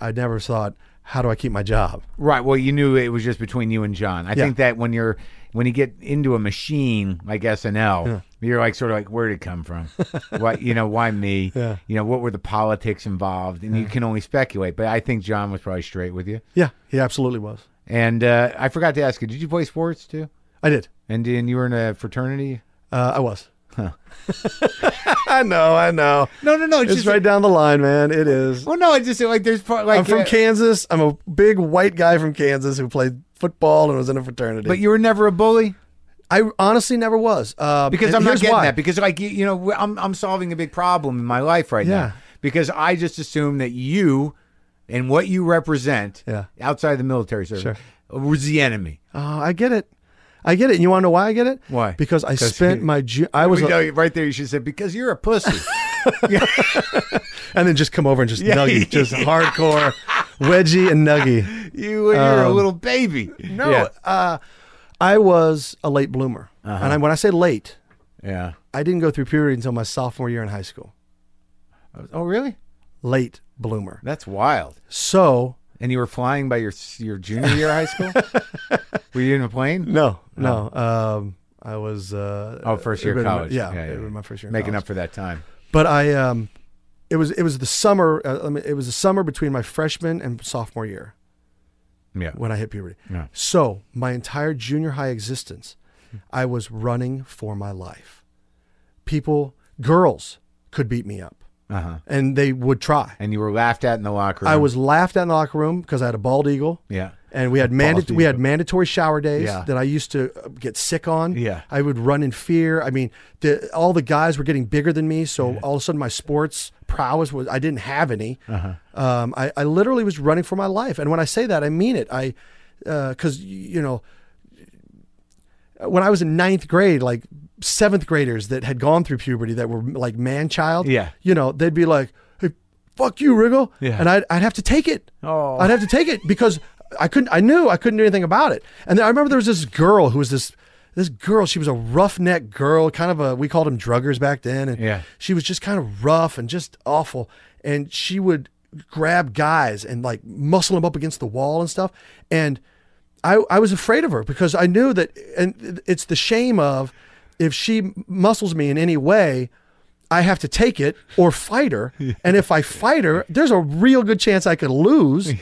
I never thought, how do I keep my job? Right. Well, you knew it was just between you and John. I think that when you're when you get into a machine like SNL, you're like sort of like, where did it come [laughs] from? why you know why me? Yeah. You know what were the politics involved? And you can only speculate. But I think John was probably straight with you. Yeah, he absolutely was. And uh, I forgot to ask you, did you play sports too? I did. And and you were in a fraternity? Uh, I was. [laughs] I know. I know. No, no, no. It's right down the line, man. It is. Well, no, I just like there's part like I'm from uh, Kansas. I'm a big white guy from Kansas who played football and was in a fraternity. but you were never a bully. I honestly never was. Uh, because and I'm not here's getting why. that. Because like you, you know, I'm I'm solving a big problem in my life right Yeah. now. Because I just assume that you and what you represent Yeah. outside of the military service Sure. was the enemy. Oh, I get it. I get it. And you want to know why I get it? Why? Because I 'Cause spent you- my. Ju- I was, We a- know, right there, you should say because you're a [laughs] pussy. and then just come over and just nuggy, [laughs] just hardcore, wedgie and nuggy. you you're a little baby. Um, No, yeah, uh, I was a late bloomer, and I, when I say late, yeah. I didn't go through puberty until my sophomore year in high school. Oh really? Late bloomer. That's wild. So And you were flying by your your junior year of high school. [laughs] were you in a plane? no, no. Um, I was uh, Oh, first it year would've of been- college. yeah, it was my first year. in Making college. up for that time. but I um, it was it was the summer. Uh, I mean, it was the summer between my freshman and sophomore year Yeah. when I hit puberty. Yeah. So my entire junior high existence, I was running for my life. People, girls, could beat me up, Uh huh. and they would try. And you were laughed at in the locker room. I was laughed at in the locker room because I had a bald eagle. Yeah. and we had manda- Boston. we had mandatory shower days Yeah. that I used to uh, get sick on. Yeah. I would run in fear. I mean, the, all the guys were getting bigger than me, so all of a sudden my sports prowess was I didn't have any. Uh-huh. Um, I, I literally was running for my life, and when I say that, I mean it. I because you know when I was in ninth grade, like seventh graders that had gone through puberty that were like man child, Yeah. you know, they'd be like, hey, fuck you, Riggle. Yeah. And I'd, I'd have to take it. Oh. I'd have to take it because I couldn't, I knew I couldn't do anything about it. And then I remember there was this girl who was this, this girl, she was a roughneck girl, kind of a, we called them druggers back then. And Yeah. she was just kind of rough and just awful. And she would grab guys and like muscle them up against the wall and stuff. And I, I was afraid of her because I knew that, and it's the shame of if she muscles me in any way, I have to take it or [laughs] fight her. And if I fight her, there's a real good chance I [laughs] could lose.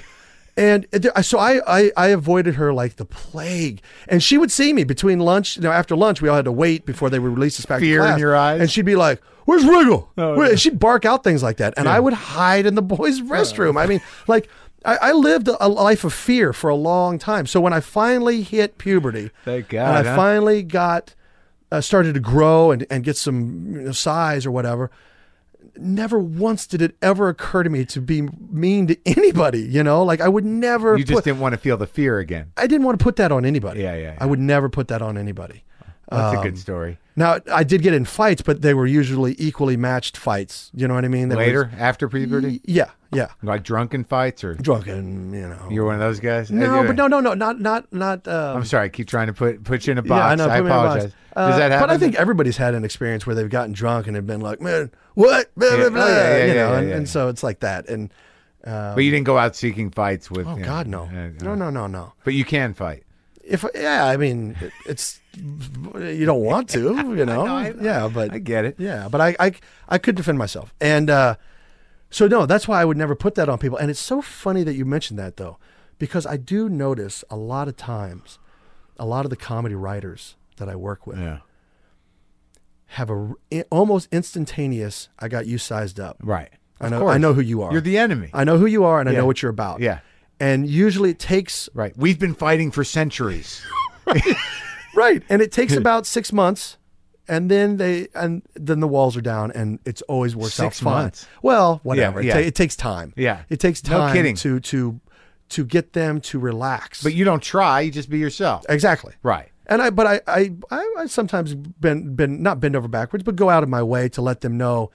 And it- so I, I, I avoided her like the plague. And she would see me between lunch. You know, after lunch, we all had to wait before they would release us back Fear to in class. your eyes? And she'd be like, "Where's Wriggle?" Oh, Where-" and She'd bark out things like that, and I would hide in the boys' restroom. I mean, like I, I lived a life of fear for a long time. So when I finally hit puberty, Thank and I God, huh? finally got uh, started to grow and, and get some you know, size or whatever. Never once did it ever occur to me to be mean to anybody. You know, like I would never. You just put- didn't want to feel the fear again. I didn't want to put that on anybody. Yeah, yeah, yeah. I would never put that on anybody. That's a good story. Now, I did get in fights, but they were usually equally matched fights. You know what I mean? There was- Later, after puberty, yeah, yeah. like drunken fights, or Drunken, you know. you're one of those guys. no, Uh, but no, no, no, not, not, not. Um, I'm sorry. I keep trying to put put you in a box. Yeah, I know. put me in a box. apologize. Does Uh, that happen? But I think everybody's had an experience where they've gotten drunk and have been like, "Man, what?" Blah, blah, Yeah. blah," Oh, yeah, yeah, you yeah, know, yeah, and, yeah, and yeah. so it's like that. And but you didn't go out seeking fights with. oh you know, God, no, uh, no, no, no, no. But you can fight. If yeah, I mean, it- it's you don't want to, you [laughs] know. I- yeah, but I get it. yeah, but I, I I could defend myself, and uh, so no, that's why I would never put that on people. And it's so funny that you mentioned that though, because I do notice a lot of times, a lot of the comedy writers that I work with Yeah. have a r- i- almost instantaneous. I got you sized up. Right. I Of know. course. I know who you are. You're the enemy. I know who you are, and I Yeah. know what you're about. Yeah. And usually it takes right. We've been fighting for centuries. right, and [laughs] it takes about six months, and then they and then the walls are down, and it's always works out Six fine. months. Well, whatever. It, yeah. ta- it takes time. [laughs] Yeah. It takes No time. kidding. To to to get them to relax. But you don't try. You just be yourself. exactly. Right. And I, but I, I, I, I sometimes been been not bend over backwards, but go out of my way to let them know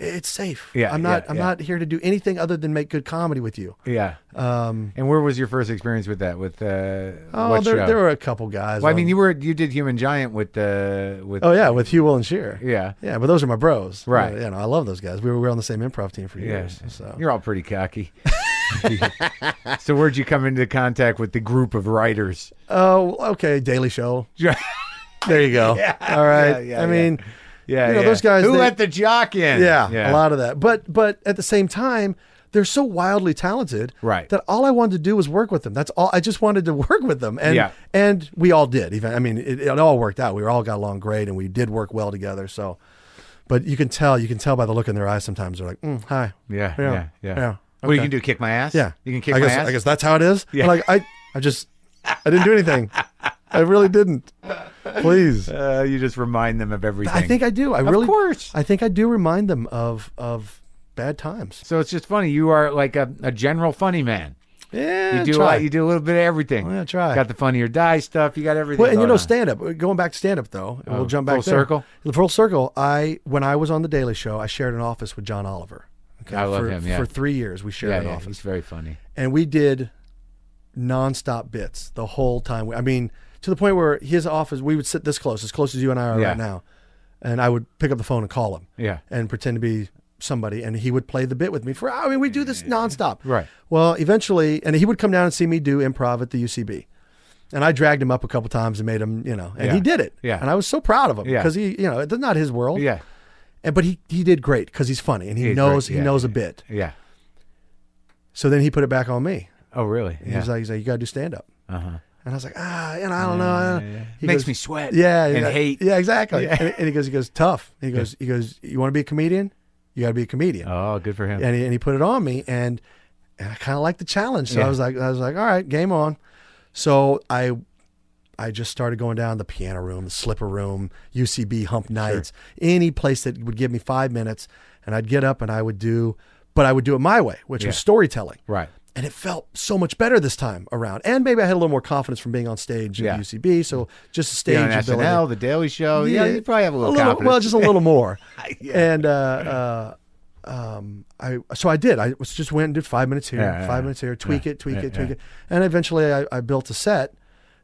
it's safe. Yeah, I'm not, yeah, I'm yeah. not here to do anything other than make good comedy with you. Yeah. Um. And where was your first experience with that? With uh, Oh, what there, show? there were a couple guys. Well, I mean, on- you were you did Human Giant with uh, with. oh yeah, with Hugh Will and Shear. Yeah. yeah, but those are my bros. Right. You know, I love those guys. We were, we were on the same improv team for years. So You're all pretty cocky. so where'd you come into contact with the group of writers? oh, okay, Daily Show. [laughs] Yeah, There you go. All right. [laughs] yeah, yeah. I mean. yeah. You know, those guys, Who they- let the jock in? Yeah, a lot of that. But but at the same time, they're so wildly talented Right. that all I wanted to do was work with them. That's all I just wanted to [laughs] work with them. And Yeah. and we all did. Even I mean, it, it all worked out. We were all got along great and we did work well together. So but you can tell you can tell by the look in their eyes sometimes they're like, mm, hi. Yeah, yeah, yeah. yeah, What you okay. can do? Kick my ass? Yeah. you can kick I my guess, ass. I guess that's how it is. Yeah. Like I I just I didn't [laughs] do anything. I really didn't. Please. Uh, you just remind them of everything. I think I do. I really course. I think I do remind them of of bad times. so. It's just funny. You are like a, a general funny man. Yeah, You do a try. lot, you do a little bit of everything. Yeah, try. Got the funny or die stuff. You got everything. Well, and you going know, on. Oh, stand up. Going back to stand up, though, and we'll jump back full there. circle? The full circle. I when I was on the Daily Show, I shared an office with John Oliver. Okay, I love for, him, yeah. for three years, we shared yeah, an yeah, office, he's very funny. and we did nonstop bits the whole time. I mean, to the point where his office, we would sit this close, as close as you and I are Yeah. right now, and I would pick up the phone and call him. Yeah. and pretend to be somebody, and he would play the bit with me for. I mean, we do this nonstop. Right. Well, eventually, and he would come down and see me do improv at the UCB. And I dragged him up a couple times and made him, you know, and Yeah. he did it. Yeah. And I was so proud of him Yeah. because he, you know, it's not his world. Yeah, And, but he he did great because he's funny and he He's knows great. he Yeah, knows a yeah. bit. yeah. So then he put it back on me. Oh, really? He Yeah. was like, he's like, you got to do stand up. Uh huh. And I was like, ah, and I don't know. I don't-" He Makes goes, me sweat. Yeah, and yeah, hate. Yeah, exactly. And, and he goes, he goes tough. And he goes, he goes, you want to be a comedian? You got to be a comedian. Oh, good for him. and he, and he put it on me and, and I kind of liked the challenge. So Yeah. I was like I was like all right, game on. So I I just started going down the piano room, the slipper room, UCB hump nights, any place that would give me 5 minutes and I'd get up and I would do but I would do it my way, which was storytelling. Right. And it felt so much better this time around. And maybe I had a little more confidence from being on stage Yeah. at UCB, so just a stage Yeah, on ability. SNL, The Daily Show. Yeah, you probably have a little, confidence. Well, just a [laughs] little more. And uh, uh, um, I so I did. I was just went and did five minutes here, Yeah, yeah, five yeah. minutes here, tweak it, tweak yeah, it, tweak yeah. it, and eventually I, I built a set.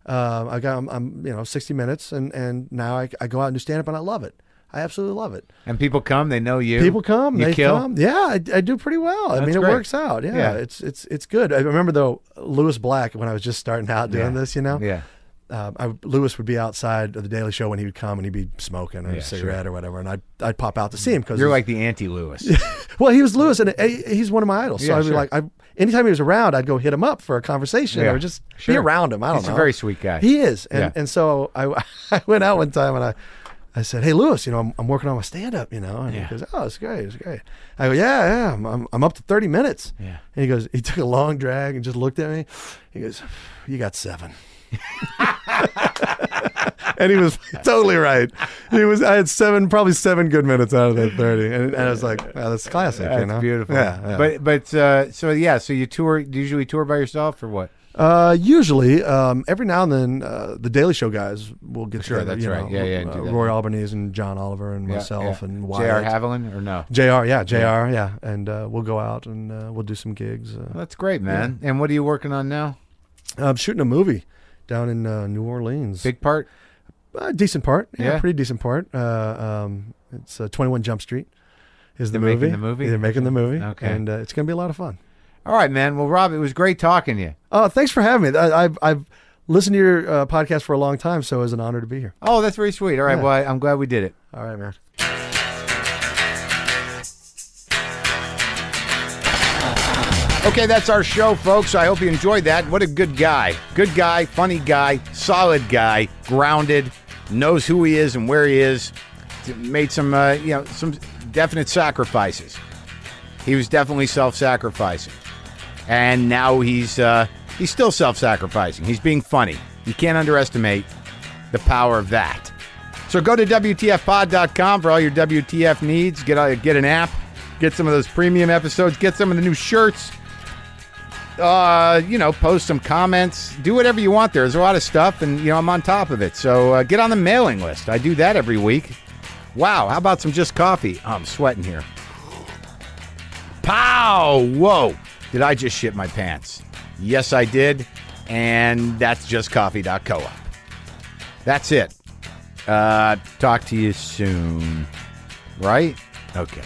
Um, I got I'm, I'm you know 60 minutes, and and now I, I go out and do stand up, and I love it. I absolutely love it. and people come, they know you. People come, you they kill. come. Yeah, I, I do pretty well. I mean, it great. works out. Yeah, Yeah. it's it's it's good. I remember though, Lewis Black when I was just starting out doing Yeah. this, you know, Yeah. um, I, would- Lewis would be outside of the Daily Show when he would come, and he'd be smoking or Yeah, a cigarette or whatever, and I'd I'd pop out to see him because You're like the anti Lewis. [laughs] well, he was Lewis, and he- he's one of my idols. So Yeah, I'd be sure. like, I, anytime he was around, I'd go hit him up for a conversation Yeah, or just be sure. around him. I don't He's know. a very sweet guy. He is, and Yeah. and so I [laughs] I went out one time and I. I said, "Hey Lewis, you know I'm, I'm working on my stand up, you know." And Yeah. he goes, "Oh, it's great, it's great." I go, "Yeah, yeah, I'm, I'm, I'm up to 30 minutes." Yeah. And he goes, he took a long drag and just looked at me. He goes, "You got seven. [laughs] and he was [laughs] totally right. He was. I had seven, probably seven good minutes out of that 30, and, and I was like, wow, "That's classic." you That's know? beautiful. Yeah, yeah. But but uh, so yeah, so you tour do you usually tour by yourself or what? Uh, usually, um, every now and then, uh, the Daily Show guys will get Sure, together. that's you right. know, Yeah, yeah, uh, do that. Roy Albanese and John Oliver and Yeah, myself yeah. and J.R. Wyatt. Haviland or no? Jr. Yeah, Jr. Yeah, and uh, we'll go out and uh, we'll do some gigs. Uh, That's great, man. And what are you working on now? I'm shooting a movie down in uh, New Orleans. Big part. Uh, decent part. Yeah, Yeah. pretty decent part. Uh, um, it's uh, 21 Jump Street. Is the They're making movie. the movie? They're making the movie. Okay. And uh, it's going to be a lot of fun. All right, man. Well, Rob, it was great talking to you. Uh, thanks for having me. I, I've, I've listened to your uh, podcast for a long time, so it's an honor to be here. Oh, that's very sweet. All right, Yeah. well, I, I'm glad we did it. All right, man. Okay, that's our show, folks. I hope you enjoyed that. What a good guy. Good guy, funny guy, solid guy, grounded, knows who he is and where he is. Made some, uh, you know, some definite sacrifices. He was definitely self-sacrificing, and now he's uh, he's still self-sacrificing. He's being funny. You can't underestimate the power of that. So go to WTFpod.com for all your WTF needs. Get all, get an app, get some of those premium episodes, get some of the new shirts. Uh, you know, post some comments, do whatever you want. There. There's a lot of stuff, and you know I'm on top of it. So uh, get on the mailing list. I do that every week. Wow, how about some just coffee? Oh, I'm sweating here. Pow! Whoa! Did I just shit my pants? Yes, I did. And that's just coffee.coop. That's it. Uh, talk to you soon. Right? Okay.